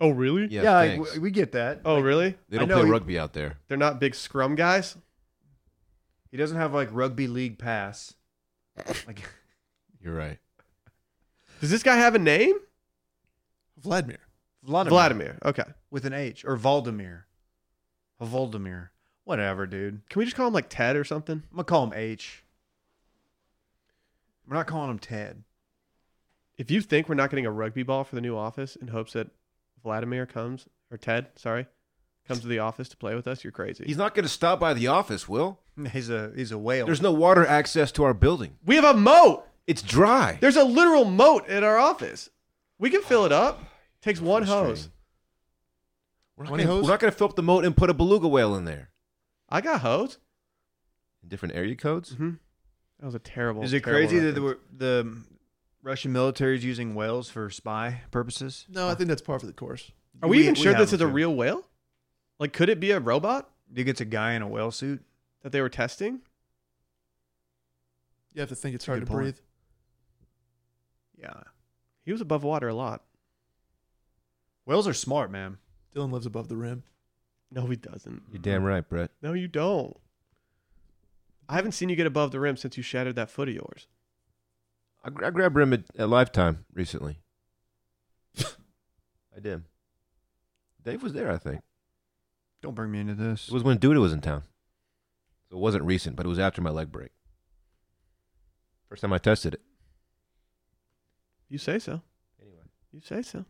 Oh really?
Yeah.
I-
thanks.
we, we get that.
Oh really?
they
I
don't
know
play
he-
rugby out there.
They're not big scrum guys.
He doesn't have like rugby league <laughs> pass. Like
You're right.
Does this guy have a name?
Vladimir.
Vladimir,
Vladimir. Okay.
with an H or Voldemir, a Voldemir, whatever, dude.
Can we just call him like Ted or something?
I'm gonna call him H. We're not calling him Ted. <laughs>
If you think we're not getting a rugby ball for the new office in hopes that Vladimir comes or Ted, sorry, comes to the office to play with us, you're crazy.
He's not going to stop by the office, Will.
He's a he's a whale.
There's no water access to our building.
we have a moat.
It's dry.
There's a literal moat at our office. We can fill it up. Takes one hose.
We're not
One
gonna-
hose?
We're not going to fill up the moat and put a beluga whale in there.
I got hose.
Different area codes.
hmm That was a terrible.
Is it
terrible
crazy that
reference.
the, the Russian military is using whales for spy purposes?
No, I think that's par for the course.
Are we,
we-
even
we
sure
have
this is a
them too.
real whale? Like, could it be a robot
You get a guy in a whale suit.
that they were testing?
You have to think it's
That's a
hard to
good point.
breathe.
Yeah,
He was above water a lot.
whales are smart, man.
Dylan lives above the rim.
No, he doesn't.
You're damn right, Brett.
No, you don't. I haven't seen you get above the rim since you shattered that foot of yours.
I, gra- I grabbed him at, at Lifetime <laughs> recently. I did. Dave was there, I think.
Don't bring me into this.
It was when Duda was in town. So it wasn't recent, but it was after my leg break. First time I tested it.
You say so.
Anyway.
You say so.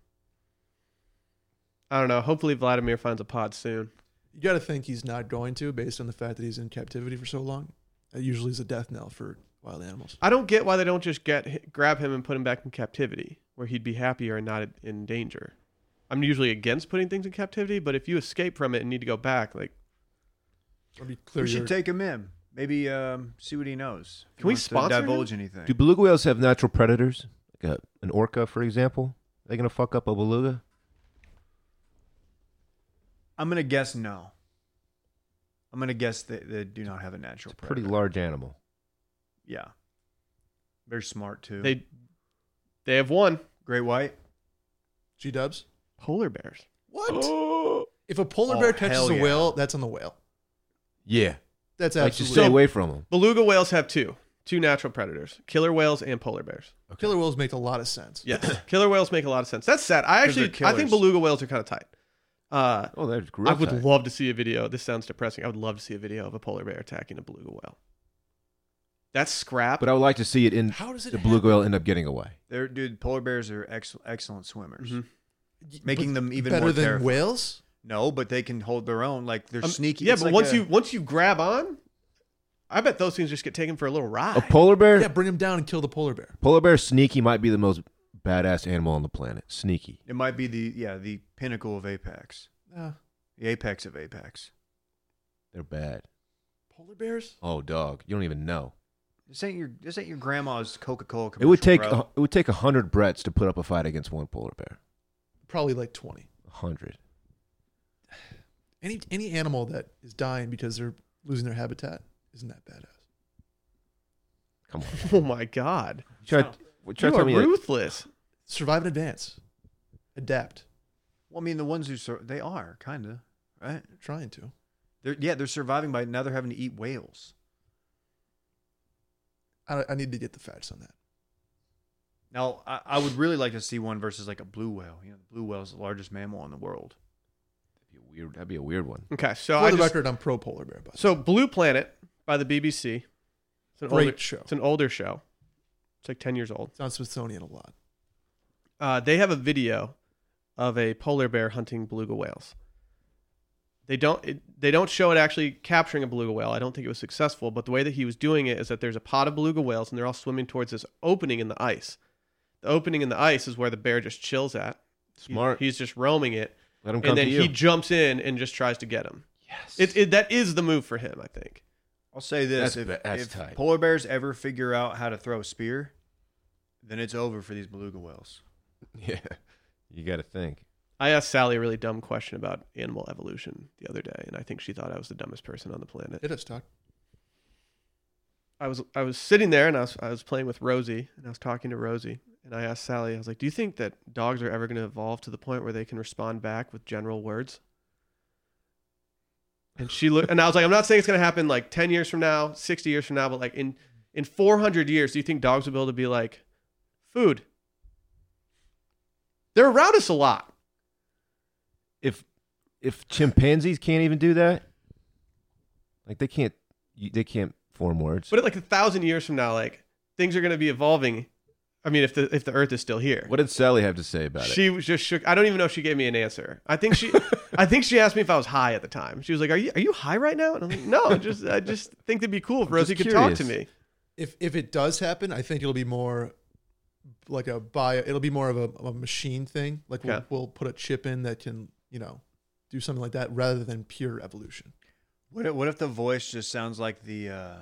I don't know. Hopefully, Vladimir finds a pod soon.
You got to think he's not going to, based on the fact that he's in captivity for so long. That usually is a death knell for wild animals.
I don't get why they don't just get grab him and put him back in captivity, where he'd be happier and not in danger. I'm usually against putting things in captivity, but if you escape from it and need to go back, like,
Let me clear
we should
your-
take him in. Maybe um, see what he knows. If he
Can we
wants to
sponsor
divulge anything?
Do beluga whales have natural predators? Like a, an orca, for example? Are they going to fuck up a beluga?
I'm gonna guess no. I'm gonna guess that they do not have a
It's
natural.
a pretty
predator.
large animal.
Yeah, very smart too.
they they have one
Great white.
G Dubs.
polar bears.
What? If a polar
Oh,
bear catches
hell
a
yeah.
whale, that's on the whale.
Yeah.
That's
Like, just
absolutely.
stay away from them.
<gasps> Beluga whales have two, two natural predators: killer whales and polar bears.
Killer whales make a lot of sense.
Yes, <coughs> killer whales make a lot of sense. That's sad. I
'Cause
actually
they're
I
killers.
think beluga whales are kind of tight. Uh,
Oh, they're just real
I would
tight.
love to see a video. This sounds depressing. I would love to see a video of a polar bear attacking a beluga whale. That's scrap.
But I would like to see it in
How does it
the beluga whale end up getting away.
They're dude. Polar bears are ex- excellent swimmers.
Mm-hmm.
Mhm.
Making them even
better
more
than
terrifying.
whales.
No, but they can hold their own. Like they're
Um,
sneaky.
Yeah,
It's
but
like
once
a-
you once you grab on, I bet those things just get taken for a little ride.
A polar bear?
Yeah, bring him down and kill the polar bear.
Polar bear sneaky might be the most badass animal on the planet. Sneaky.
It might be the yeah the pinnacle of apex,
Uh,
the apex of apex.
They're bad.
polar bears.
Oh, dog. You don't even know.
This ain't your this ain't your grandma's Coca Cola.
It would take
Bro.
a, it would take a hundred Bretts to put up a fight against one polar bear.
Probably like twenty.
A hundred.
Any any animal that is dying because they're losing their habitat isn't that badass.
<laughs>
Come on.
<laughs> oh my god,
You Try, you try
you
to
are
tell me that-
ruthless.
Survive in advance. Adapt.
well, I mean, the ones who sur- they are kind of right.
They're trying to.
They're yeah they're surviving by now they're having to eat whales.
I, I need to get the facts on that.
Now I, I would really like to see one versus like a blue whale. You know, the blue whale is the largest mammal in the world.
That'd be a weird. That'd be a weird one.
Okay, so
For
I
the
just,
record, I'm pro polar bear. But
so Blue Planet by the BBC. It's an
Great
older
show.
It's an older show. It's like ten years old.
it's on Smithsonian a lot.
Uh, they have a video of a polar bear hunting beluga whales. They don't it, they don't show it actually capturing a beluga whale. I don't think it was successful, but the way that he was doing it is that there's a pod of beluga whales and they're all swimming towards this opening in the ice. The opening in the ice is where the bear just chills at. He-
Smart.
he's just roaming it,
Let him come
and then
to you.
he jumps in and just tries to get him.
yes.
It, it that is the move for him, I think.
I'll say this:
That's-
if,
that's
if
tight.
polar bears ever figure out how to throw a spear, then it's over for these beluga whales.
<laughs> yeah. You got to think.
I asked Sally a really dumb question about animal evolution the other day, and I think she thought I was the dumbest person on the planet.
It is talk.
I was I was sitting there and I was I was playing with Rosie and I was talking to Rosie and I asked Sally I was like, "Do you think that dogs are ever going to evolve to the point where they can respond back with general words?" And she looked and I was like, "I'm not saying it's going to happen like 10 years from now, 60 years from now, but like in in 400 years, do you think dogs will be able to be like food?" They're around us a lot.
If if chimpanzees can't even do that, like they can't you- they can't form words.
But like a thousand years from now, like things are going to be evolving. I mean, if the if the Earth is still here,
what did Sally have to say about it?
she was just shook. I don't even know if she gave me an answer. I think she, I think she asked me if I was high at the time. She was like, "Are you are you high right now?" And I'm like, "No, I just I just think it'd be cool if
I'm
Rosie
just
could talk
curious.
to me."
If if it does happen, I think it'll be more like a bio. It'll be more of a, of a machine thing. Like we'll,
Okay.
we'll put a chip in that can you know do something like that rather than pure evolution.
What if, what if the voice just sounds like the uh,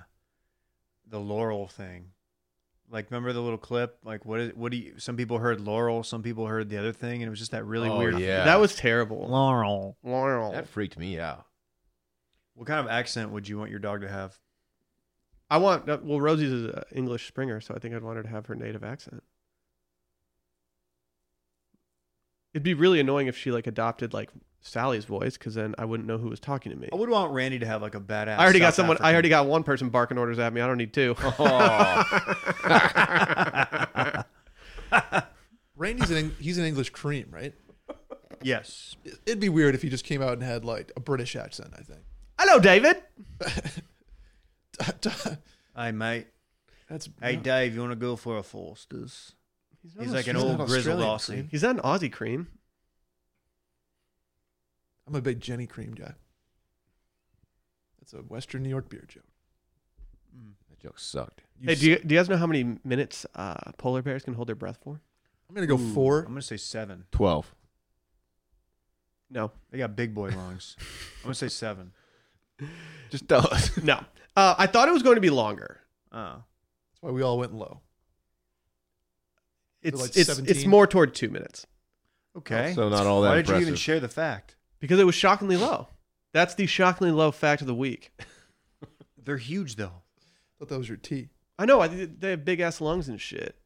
the Laurel thing? Like remember the little clip? Like what is what do you? Some people heard Laurel, some people heard the other thing, and it was just that really
Oh,
weird
Yeah.
That was terrible.
Laurel.
Laurel.
that freaked me out.
What kind of accent would you want your dog to have?
I want. uh, Well, Rosie's is an English Springer, so I think I'd want her to have her native accent. It'd be really annoying if she like adopted like Sally's voice, because then I wouldn't know who was talking to me.
I would want Randy to have like a badass.
I already got
Oh, South
someone. I
African- Oh.
already got one person barking orders at me. I don't need two.
Randy's an Eng- he's an English cream, right?
<laughs> yes.
It'd be weird if he just came out and had like a British accent. I
Hello, David.
think
Hey mate.
<laughs> that's
Hey Dave, you want to go for a Foster's?
not
He's like an
he's not
<laughs> old grizzled
Australian,
Aussie.
Cream.
He's not an Aussie cream.
I'm a big Jenny cream guy. That's a Western New York beer joke.
That joke sucked.
You
hey, do you, do you guys know how many minutes uh, polar bears can hold their breath for?
I'm gonna go
Ooh,
four.
I'm gonna say seven.
12.
No,
They got big boy lungs. I'm gonna say seven. <laughs>
Just tell
<laughs>
us.
no. Uh, I thought it was going to be longer.
Oh.
That's why we all went low.
It's
like
it's,
17?
it's more toward two minutes
Okay.
So not all that
Why did you even
impressive.
share the fact?
because it was shockingly low. That's the shockingly low fact of the week.
They're huge though.
thought that was your tea.
I know. I, they have big ass lungs and shit.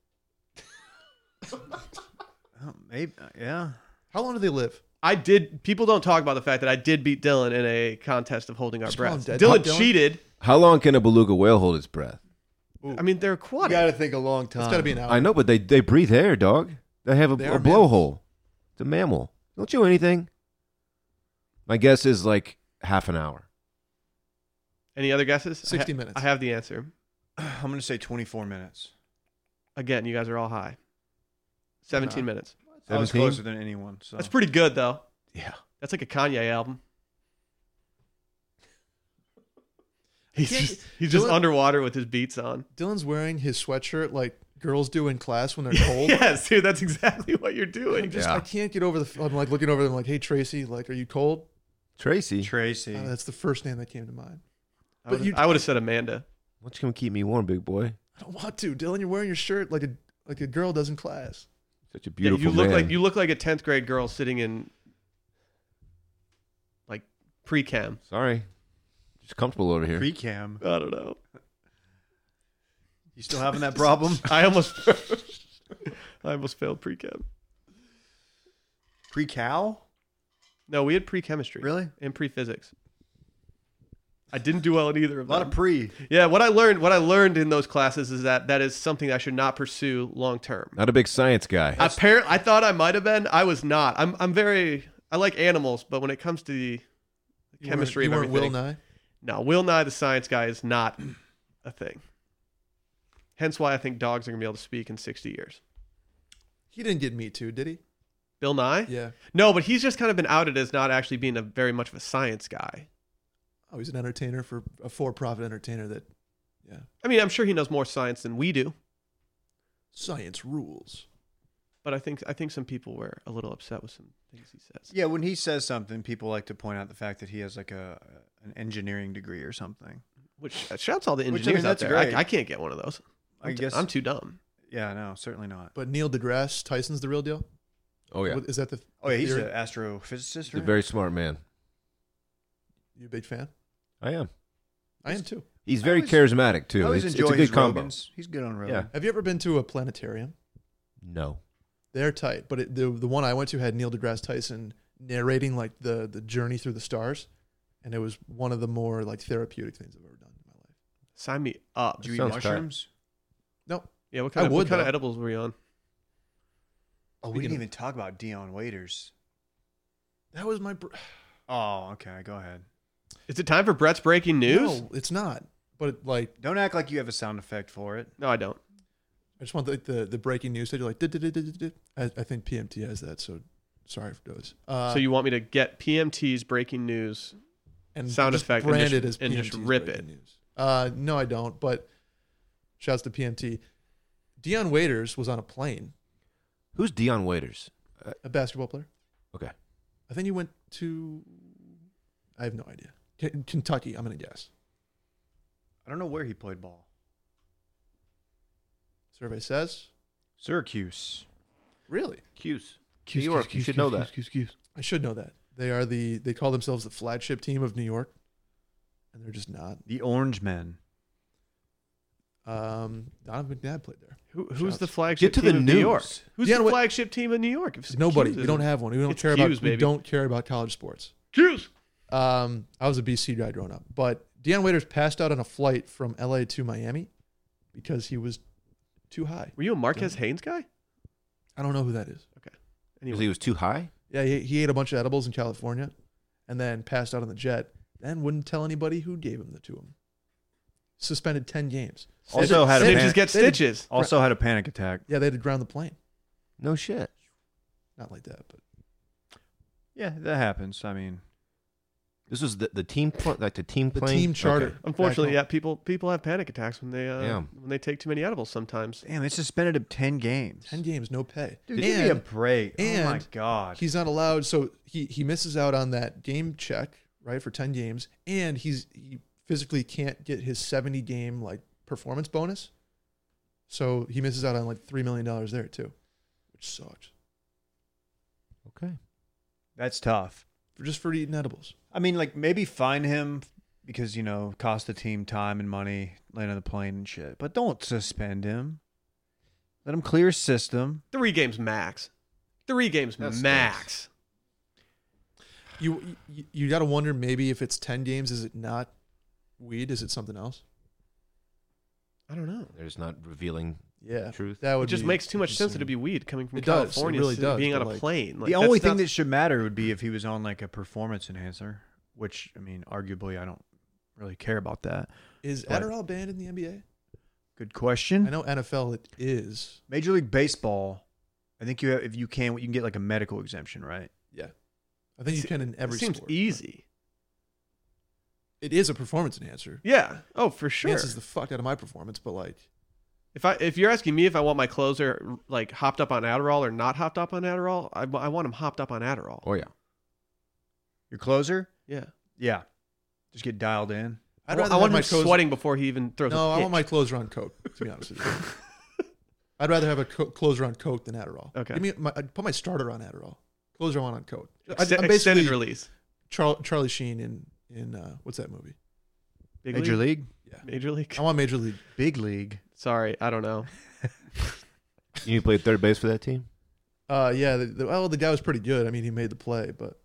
Oh, maybe yeah.
How long do they live?
I did. People don't talk about the fact that I did beat Dylan in a contest of holding our
Just call
breath.
him
Dylan,
dead. Dylan?
cheated.
How long can a beluga whale hold its breath?
I mean, they're
You
aquatic.
gotta think a long time.
It's got to be an hour.
I know, but they, they breathe air, dog. They have a,
They
a
are mammals.
blowhole. It's a mammal. Don't you anything? My guess is like half an hour.
Any other guesses? I
60 minutes.
I have the answer.
<clears throat> I'm gonna say 24 minutes.
Again, you guys are all high. Seventeen
Nah.
minutes.
I was
17?
closer than anyone. So
That's pretty good though.
Yeah.
That's like a Kanye album. He's
can't-
just, he's just
Dylan-
underwater with his beats on.
Dylan's wearing his sweatshirt like girls do in class
<laughs>
when they're cold.
Yes, dude, that's exactly what you're
I'm
doing.
just,
Yeah.
I can't get over the. f- I'm like looking over them, like, "Hey Tracy, like, are you cold?"
Tracy,
Tracy.
Uh, that's the first name that came to mind.
I
but
would've-
you-
I would have said Amanda.
why don't you come keep me warm, big boy?
I don't want to, Dylan. You're wearing your shirt like a like a girl does in class.
Such a
Yeah,
beautiful
you look
man.
like you look like a tenth grade girl sitting in like pre cam.
Sorry. Just comfortable over here.
Pre-cam.
I don't know.
You still having that
<laughs>
problem?
<laughs> I almost <laughs> I almost failed pre chem.
Pre-cow?
No, we had pre chemistry.
Really?
And pre physics. I didn't do well in either of
A lot
them.
of pre.
Yeah, what I learned what I learned in those classes is that that is something I should not pursue long term.
Not a big science guy.
Apparently, I thought I might have been. I was not. I'm I'm very I like animals, but when it comes to the
You weren't-
chemistry
You
of
weren't Will
everything,
Nye.
no, Will Nye the science guy is not a thing. Hence why I think dogs are gonna be able to speak in 60 years.
He didn't get me too, did he?
Bill Nye?
Yeah.
No, but he's just kind of been outed as not actually being a very much of a science guy.
Oh, he's an entertainer for a for-profit entertainer that, yeah,
I mean, I'm sure he knows more science than we do,
science rules.
but I think I think some people were a little upset with some things he says.
Yeah, when he says something, people like to point out the fact that he has like a an engineering degree or something.
Which uh, shouts all the
I mean,
engineers
that's
out there. I-
great.
I, can't get one of those.
I
I'm t-
guess-
I'm too dumb.
Yeah, no, certainly not.
But Neil deGrasse Tyson's the real deal.
Oh yeah,
What- Is that the?
Oh yeah, he's
theory?
an astrophysicist.
he's a
Right?
very smart man.
You a big fan?
I am.
I am too.
He's
I
very
always-
charismatic
I
too.
always
It's, it's
enjoy
a
his
good combo.
Rogans. He's good on
Yeah.
Rogan.
Have you ever been to a planetarium?
No.
They're tight, but it, the the one I went to had Neil deGrasse Tyson narrating like the the journey through the stars, and it was one of the more like therapeutic things I've ever done in my life.
Sign me up.
Do you eat
Sounds tight.
mushrooms?
No,
yeah, what
I
kind, of, what
would,
kind of
though.
edibles were you on?
Oh, we
Speaking
didn't
of-
even talk about Dion Waiters.
<sighs> that was my br- <sighs>
Oh, okay, go ahead.
Is it time for Brett's breaking news?
No, it's not. But like,
Don't act like you have a sound effect for it.
No, I don't.
I just want the the, the breaking news. So you're like, "Duh, duh, duh, duh, duh, duh." I, I think PMT has that. So sorry for those. Uh,
so you want me to get PMT's breaking news?
and
sound
just
effect and
brand
just-
it as
and just
PMT's
rip
breaking
it.
News. Uh, no, I don't. But shouts to PMT. Dion Waiters was on a plane,
Who's Dion Waiters? Uh,
a basketball player.
Okay.
I think he went to. I have no idea. K- Kentucky. I'm gonna guess.
I don't know where he played ball.
Survey says.
Syracuse.
Really?
Cuse. New York. you should know that.
I should know that. They are the. They call themselves the flagship team of New York, and they're just not.
The Orange Men.
Um, Donovan McNabb played there.
Who, who's
Shouts.
the flagship
to
team
the
of New
news.
York? Who's
Yeah,
the
what-
flagship team of New York? If
Nobody.
Hughes
we don't
isn't-
have one. We don't
It's
care
Hughes,
about. We
baby.
don't care about college sports.
Hughes.
Um, I was a BC guy growing up, but Deion Waiters passed out on a flight from LA to Miami because he was too high.
Were you a Marquez Haynes guy?
I don't know who that is.
Because he was too high.
Yeah, he, he ate a bunch of edibles in California, and then passed out on the jet. Then wouldn't tell anybody who gave him the to him. Suspended ten games.
Also had a
Stitches
panic.
get
They did-
stitches.
Also had a panic attack.
Yeah, they had to ground the plane.
No shit.
Not like that, but
Yeah, that happens. I mean,
This was the, the team pl- like the team
the
plane.
team charter.
Okay.
Unfortunately, yeah,
back
people people have panic attacks when they uh,
Yeah.
when they take too many edibles. Sometimes
damn, they suspended him ten games.
home. Ten games, no pay.
Dude, give me a
And-
break. oh my
and
god.
he's not allowed so he he misses out on that game check right for 10 games and he's he physically can't get his 70 game like performance bonus so he misses out on like $3 million there too which sucks
Okay.
That's tough.
for just for eating edibles
I mean, like maybe fine him because you know cost the team time and money, land on the plane and shit. But don't suspend him. Let him clear his system.
three games max, three games
That
max.
you you, you got to wonder maybe if it's 10 games is it not weed is it something else
I don't know.
They're just not revealing.
yeah
Truth.
that would
It just
be
makes too much sense that it'd
insane.
be weed coming from
It does. It
California,
really
to
does,
being on a
but, like,
plane. Like,
the only
that's
thing
not-
that should matter would be if he was on like a performance enhancer, which I mean, arguably, I don't really care about that.
is
but-
Adderall banned in the NBA
Good
Mm.
I
question.
know NFL it is
Major League Baseball. I think you have, if you can, you can get like a medical exemption, right?
yeah I think you
Se-
can in every
it seems e-
sport.
easy.
it is a performance enhancer
Yeah. Oh, for sure.
chances the fuck out of my performance, but like
If I if you're asking me if I want my closer like hopped up on Adderall or not hopped up on Adderall, I, I want him hopped up on Adderall.
Oh yeah.
Your closer,
yeah.
yeah, just get dialed in.
i
I'd rather
I
have
want
my
him
clothes.
sweating before he even throws.
No,
a
I want my
pitch.
closer on coke. To be honest with you,
<laughs>
I'd rather have a co- closer on coke than Adderall.
Okay.
give me my I'd put my starter on Adderall, closer one on coke.
Ex-
I'm
extended
basically
release.
Char- Charlie Sheen in in uh, what's that movie?
Big
Major
league.
league,
Major league.
I want Major League.
big league.
Sorry, I don't know.
You need to play third base for that team.
Uh, yeah. The, the, well, the guy was pretty good. I mean, he made the play, but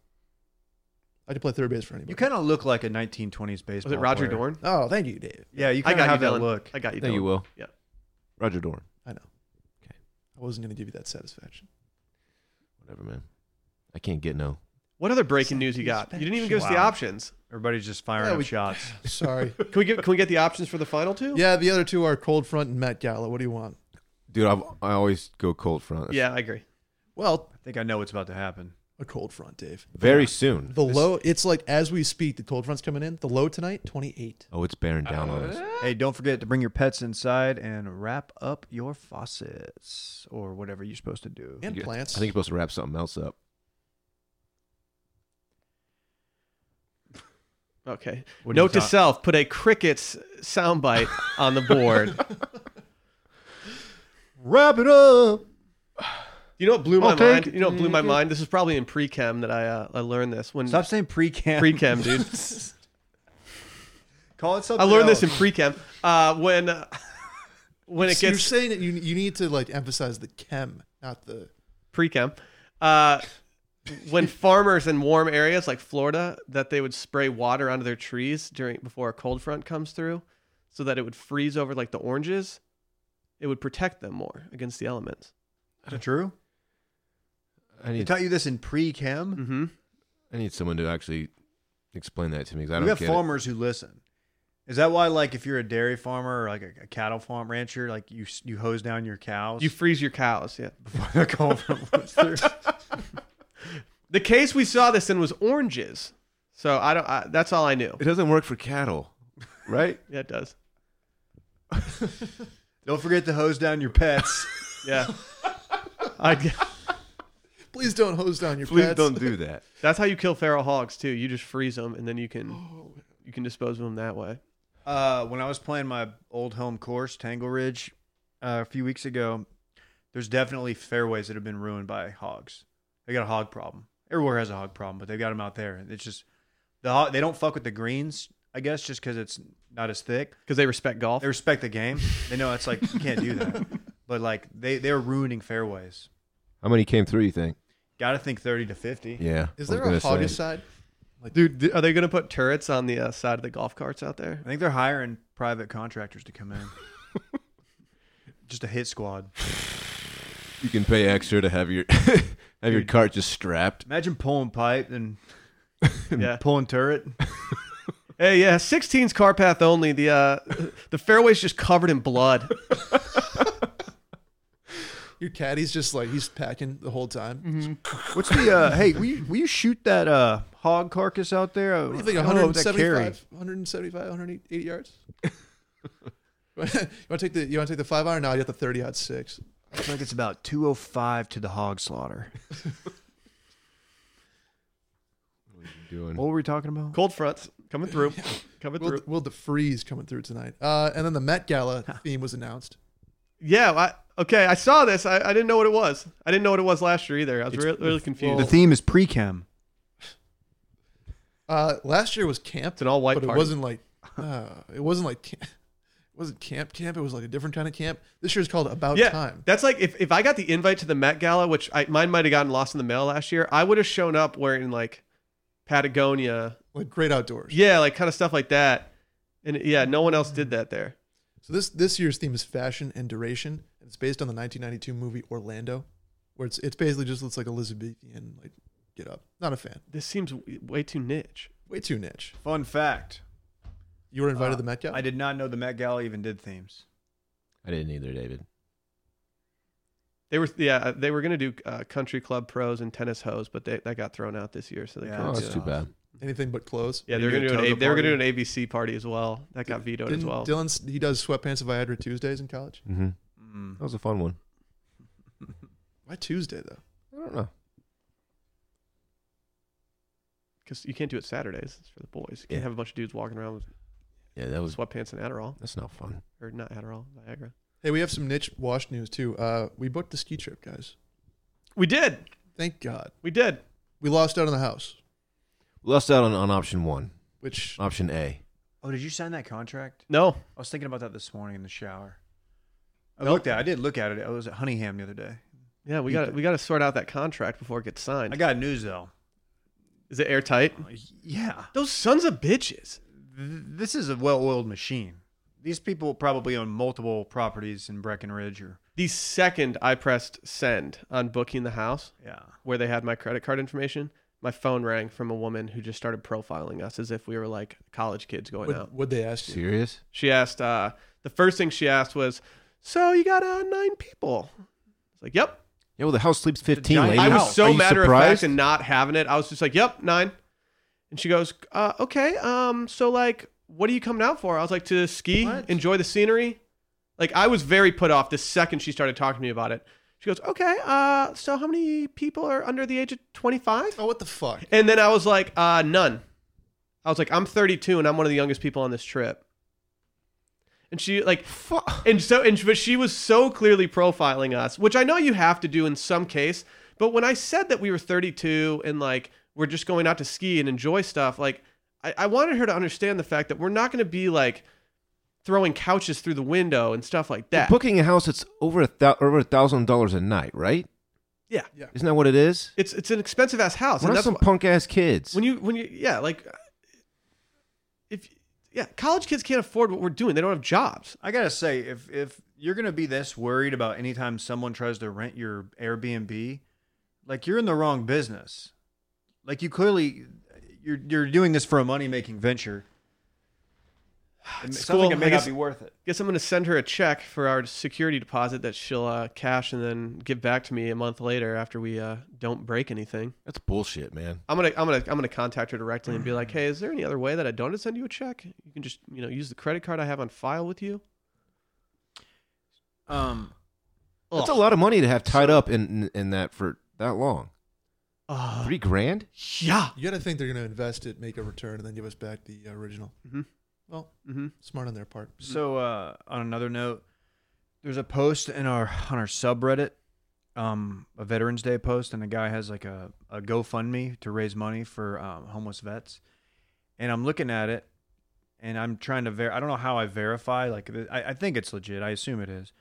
I could play third base for anybody.
You kind of look like a 1920s baseball.
Was it Roger
player.
Dorn?
Oh, thank you, Dave.
Yeah, you
I
kind of
got
have
you,
that
Dylan.
look.
I got you.
There you
Dylan.
will.
Yeah.
Roger Dorn.
I know.
Okay.
I wasn't gonna give you that satisfaction.
Whatever, man. I can't get no.
What other breaking news you got? You didn't even give us the
Wow.
options.
Everybody's just firing
Yeah,
up
<laughs>
we-
shots.
Sorry.
Can we get Can we get the options for the final two?
<laughs> yeah, the other two are Cold Front and Matt Gallo. What do you want?
Dude, I've, I always go cold front.
Yeah, I agree.
Well,
I think I know what's about to happen.
A cold front, Dave.
Very soon.
The low, it's like as we speak, the cold front's coming in. The low tonight, 28.
Oh, it's bearing down on us.
Hey, don't forget to bring your pets inside and wrap up your faucets or whatever you're supposed to do.
And plants.
I think you're supposed to wrap something else up.
Okay.
What do you
Note to
thought?
self: put a crickets soundbite on the board.
Wrap it up.
<laughs> You know what blew my
I'll
mind?
take
You know what blew my mind? This is probably in pre-chem that I uh, I learned this when
Stop saying pre-cam.
pre-chem, dude.
<laughs> Call it
I
something.
learned this in
else.
pre-chem uh, <laughs> when when it
So you're
gets
saying that you you need to like emphasize the chem, not the.
pre-chem. Uh, when farmers in warm areas like Florida, that they would spray water onto their trees during before a cold front comes through, so that it would freeze over like the oranges. It would protect them more against the elements.
Is it true?
I
They
need
taught you this in pre-chem.
Mm-hmm.
I need someone to actually explain that to me because I
You
don't
have
get
farmers who listen. Is that why, like, if you're a dairy farmer or like a, a cattle farm rancher, like you s- you hose down your cows?
You <laughs> freeze your cows. Yeah.
before the cold <laughs> front comes through?
The case we saw this in was oranges. So I don't. I, that's all I
<laughs>
knew.
it. It doesn't work for cattle, right?
Yeah, it does.
Don't forget to hose down your pets.
Yeah. <laughs> I,
Please don't hose down
<laughs>
your
Please
pets.
don't do that.
that's how you kill feral hogs too. You just freeze them, and then you can you can dispose of them that way.
Uh, when I was playing my old home course, Tangle Ridge, uh, a few weeks ago, there's definitely fairways that have been ruined by hogs. They got a hog problem. Everywhere has a hog problem, but they've got them out there. It's just the hog, they don't fuck with the greens, I guess, just because it's not as thick.
Because they respect golf.
They respect the game. They know it's like you can't do that, but like they they're ruining fairways.
How many came through? You think?
Got to think thirty to fifty.
Yeah.
Is
I was
there
gonna
a
say.
hogicide?
Dude, th- are they going to put turrets on the uh, side of the golf carts out there?
I think they're hiring private contractors to come in. just a hit squad.
You can pay extra to have your <laughs> have your cart just strapped.
Imagine pulling pipe <laughs> and
yeah.
pulling turret.
Hey, yeah, 16's car path only. The uh, <laughs> the fairway's just covered in blood.
Your caddy's just like he's packing the whole time.
What's the uh, hey? Will you, will you shoot that uh, hog carcass out there?
What do you think?
I don't know what that carry.
175, 175,
<laughs>
180 yards. you want to take the you want to take the five iron? No, you have the thirty out six.
I feel like it's about two oh five to the hog slaughter.
Doing.
What were we talking about?
Cold fronts coming through. Coming
Will
through.
Will the freeze coming through tonight? Uh, and then the Met Gala theme was announced.
Yeah, I, okay, I saw this. I, I didn't know what it was. I didn't know what it was last year either. I was re- really confused.
The theme is pre-chem.
Uh, last year was camp.
It's an all-white
but
party.
it wasn't like uh, it wasn't like camp, it wasn't camp camp. It was like a different kind of camp. This year's called About
yeah,
Time.
that's like if, if I got the invite to the Met Gala, which I, mine might have gotten lost in the mail last year, I would have shown up wearing like Patagonia.
Like great outdoors.
Yeah, like kind of stuff like that. And yeah, no one else did that there.
So this this year's theme is fashion and duration. It's based on the 1992 movie Orlando, where it's it's basically just looks like Elizabethan like get up. Not a fan.
This seems w- way too niche.
Way too niche.
Fun fact:
You were invited
Uh,
to the Met Gala.
I did not know the Met Gala even did themes.
I didn't either, David.
They were yeah they were gonna do uh, country club pros and tennis hoes, but they, that got thrown out this year, so they
Yeah.
couldn't
Oh,
do
that's
that.
too bad.
Anything but clothes.
Yeah,
They
they were
did
gonna
a
do an
toga
A- they were gonna do
party.
an ABC party as well. That got vetoed as
Didn't
well.
Dylan's he does sweatpants and Viagra Tuesdays in college.
Mm-hmm.
Mm.
That was a fun one.
Why Tuesday though?
I don't know.
Because you can't do it Saturdays. It's for the boys. You can't
Yeah.
have a bunch of dudes walking around
Yeah, that
with
was.
sweatpants and Adderall,
That's not fun.
or not Adderall, Viagra.
Hey, we have some niche wash news too. Uh, we booked a ski trip, guys.
We did.
Thank God.
We did.
We lost out on the house,
We lost out on, on option one,
which
option A.
Oh, did you sign that contract?
No.
I was thinking about that this morning in the shower. I looked at. I did look at it. I was at Honeyham the other day.
Yeah, we got we got to sort out that contract before it gets signed.
I got news though.
Is it airtight?
Yeah,
Those sons of bitches.
Th- this is a well-oiled machine. These people probably own multiple properties in Breckenridge, or
The second I pressed send on booking the house,
yeah.
where they had my credit card information, my phone rang from a woman who just started profiling us as if we were like college kids going out.
would, would they ask you?
Serious?
She asked, uh, the first thing she asked was, So you got uh, nine people? It's like, Yep.
Yeah, well, the house sleeps 15.
giant
lady.
I
Are
was so
you
matter of
surprised?
fact and not having it. I was just like, "Yep, nine. And she goes, uh, "Okay, um, so like, what are you coming out for?" I was like, "To ski,
What?
enjoy the scenery." Like, I was very put off the second she started talking to me about it. She goes, "Okay, uh, so how many people are under the age of twenty-five?
Oh, what the fuck?
And then I was like, uh, none. I was like, I'm 32 and I'm one of the youngest people on this trip. And she like, and so and but she was so clearly profiling us, which I know you have to do in some case. But when I said that we were 32 and like we're just going out to ski and enjoy stuff, like I, I wanted her to understand the fact that we're not going to be like throwing couches through the window and stuff like
You're
that.
booking a house that's over a thou- over a thousand dollars a night, right?
yeah,
Isn't that what it is?
it's it's an expensive ass house,
We're
and
not
that's
some
wh-
punk ass kids.
when you when you yeah like uh, if yeah college kids can't afford what we're doing they don't have jobs
I gotta say, if if you're gonna be this worried about anytime someone tries to rent your Airbnb, like you're in the wrong business. Like you clearly, you're you're doing this for a money making venture. <sighs> It sounds
cool.
like it
I
may
guess-
not be worth it.
guess i'm going to send her a check for our security deposit that she'll uh, cash and then give back to me a month later after we uh, don't break anything
That's bullshit, man.
i'm going to i'm going to i'm going to contact her directly and be like hey is there any other way that i don't send you a check you can just you know use the credit card i have on file with you
Um,
That's a lot of money to have tied up in, in in that for that long.
uh,
Three grand?
yeah
You got to think they're going to invest it, make a return, and then give us back the uh, original.
Mhm.
Well,
mm-hmm.
smart on their part.
So uh, on another note, there's a post in our on our subreddit, um, a Veterans Day post, and the guy has like a, a GoFundMe to raise money for um, homeless vets. And I'm looking at it, and I'm trying to ver. I don't know how I verify. Like I, I think it's legit. I assume it is,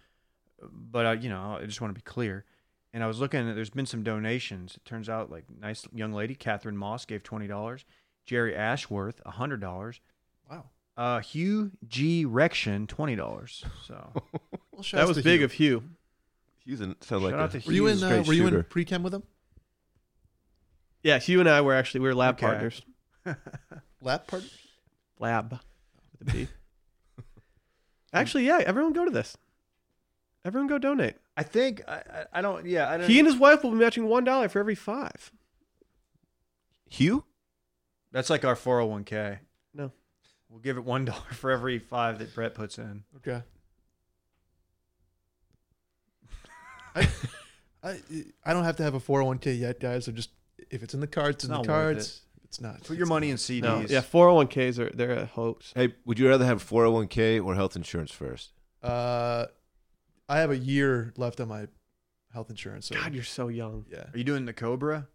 but uh, you know, I just want to be clear. And I was looking at there's been some donations. It turns out like nice young lady Catherine Moss gave twenty dollars, Jerry Ashworth hundred dollars,
Wow.
uh, Hugh G. Rection, twenty dollars. So
Well,
that was big of hugh
He's in, sound like
Shout out
a
to
Were you in? Uh,
straight
were you in
shooter.
pre-chem with them?
yeah hugh and i were actually we were lab
Okay.
partners
Lab partner?
lab with a
<laughs>
B. Actually, yeah, everyone go to this. Everyone go donate.
<laughs> I think I, I- I don't. Yeah, I don't.
He and his wife will be matching one dollar for every five.
Hugh?
that's like our four hundred one k.
No.
we'll give it one dollar for every five that Brett puts in.
<laughs>
Okay. I, I I don't have to have a 401k yet, guys. So just if it's in the cards, it's in
Not
the
worth
cards. It's not.
Put your money in CDs.
No, yeah, four hundred one ks are they're a hoax.
Hey, would you rather have 401k or health insurance first?
Uh, I have a year left on my health insurance. So
God, you're so young.
yeah,
Are you doing the Cobra?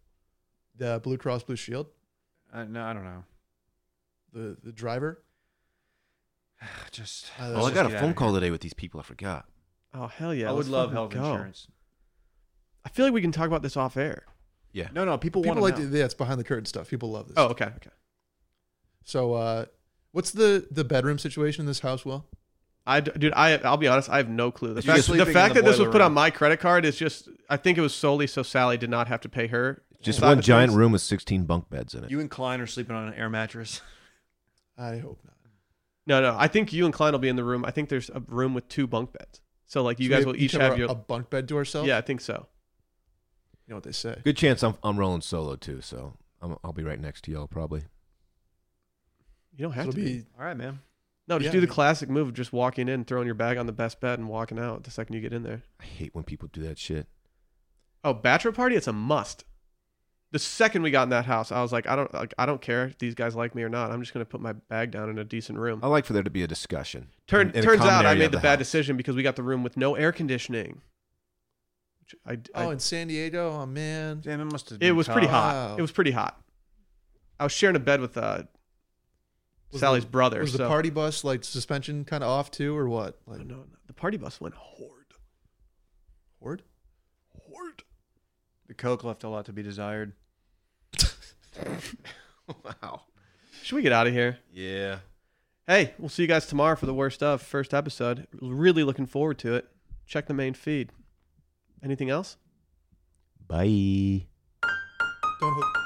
the Blue Cross Blue Shield,
Uh, no, I don't know. <sighs>
the the driver.
Just.
Uh,
let's
Oh, I
just
got a
get
phone
outta
call today with these people. I forgot.
Oh hell
here.
yeah!
I would
let's
love
fucking
health
go.
insurance.
I feel like we can talk about this off air.
No, no, people, want
People like
to.
to,
know.
yeah, it's behind the curtain stuff. People love this.
Oh okay, okay.
So uh, what's the the bedroom situation in this house? Will
I d- dude, I I'll be honest, I have no clue. The
You're
fact,
sleeping
the
in
fact
the
that this was
boiler
put on
room.
my credit card is just I think it was solely so Sally did not have to pay her.
Just
side
one
of
giant
things.
room with 16 bunk beds in it.
You and Klein are sleeping on an air mattress.
I hope not.
No, no. I think you and Klein will be in the room. I think there's a room with two bunk beds. So like you
So
guys
we
will each
have
have
a-
your
a bunk bed to ourselves.
yeah. I think so.
you know what they say.
Good chance I'm, I'm rolling solo too, so I'm, I'll be right next to y'all probably.
You don't have
It'll
to be.
be
All right, man.
No, just
Yeah,
do the
yeah.
classic move of just walking in, throwing your bag on the best bed, and walking out the second you get in there.
I hate when people do that shit.
Oh, bachelor party, it's a must. The second we got in that house, I was like, I don't, like, I don't care if these guys like me or not. I'm just gonna put my bag down in a decent room.
I like for there to be a discussion.
Turn,
in- in a
turns
common
out I
area
made
of
the, bad
house.
decision because we got the room with no air conditioning. Which I, I-
oh in San Diego. Oh man.
Damn, it must have.
it
been
was pretty
tough.
hot.
Wow.
It was pretty hot. I was sharing a bed with uh,
Was
Sally's
the-
brother.
Was
so.
the party bus like suspension kind of off too, or what?
Oh,
Like
no, no, the party bus went horde,
horde?
horde.
The Coke left a lot to be desired.
wow.
Should we get out of here?
Yeah.
Hey, we'll see you guys tomorrow for the worst of first episode. Really looking forward to it. Check the main feed. Anything else?
Bye.
Don't hook.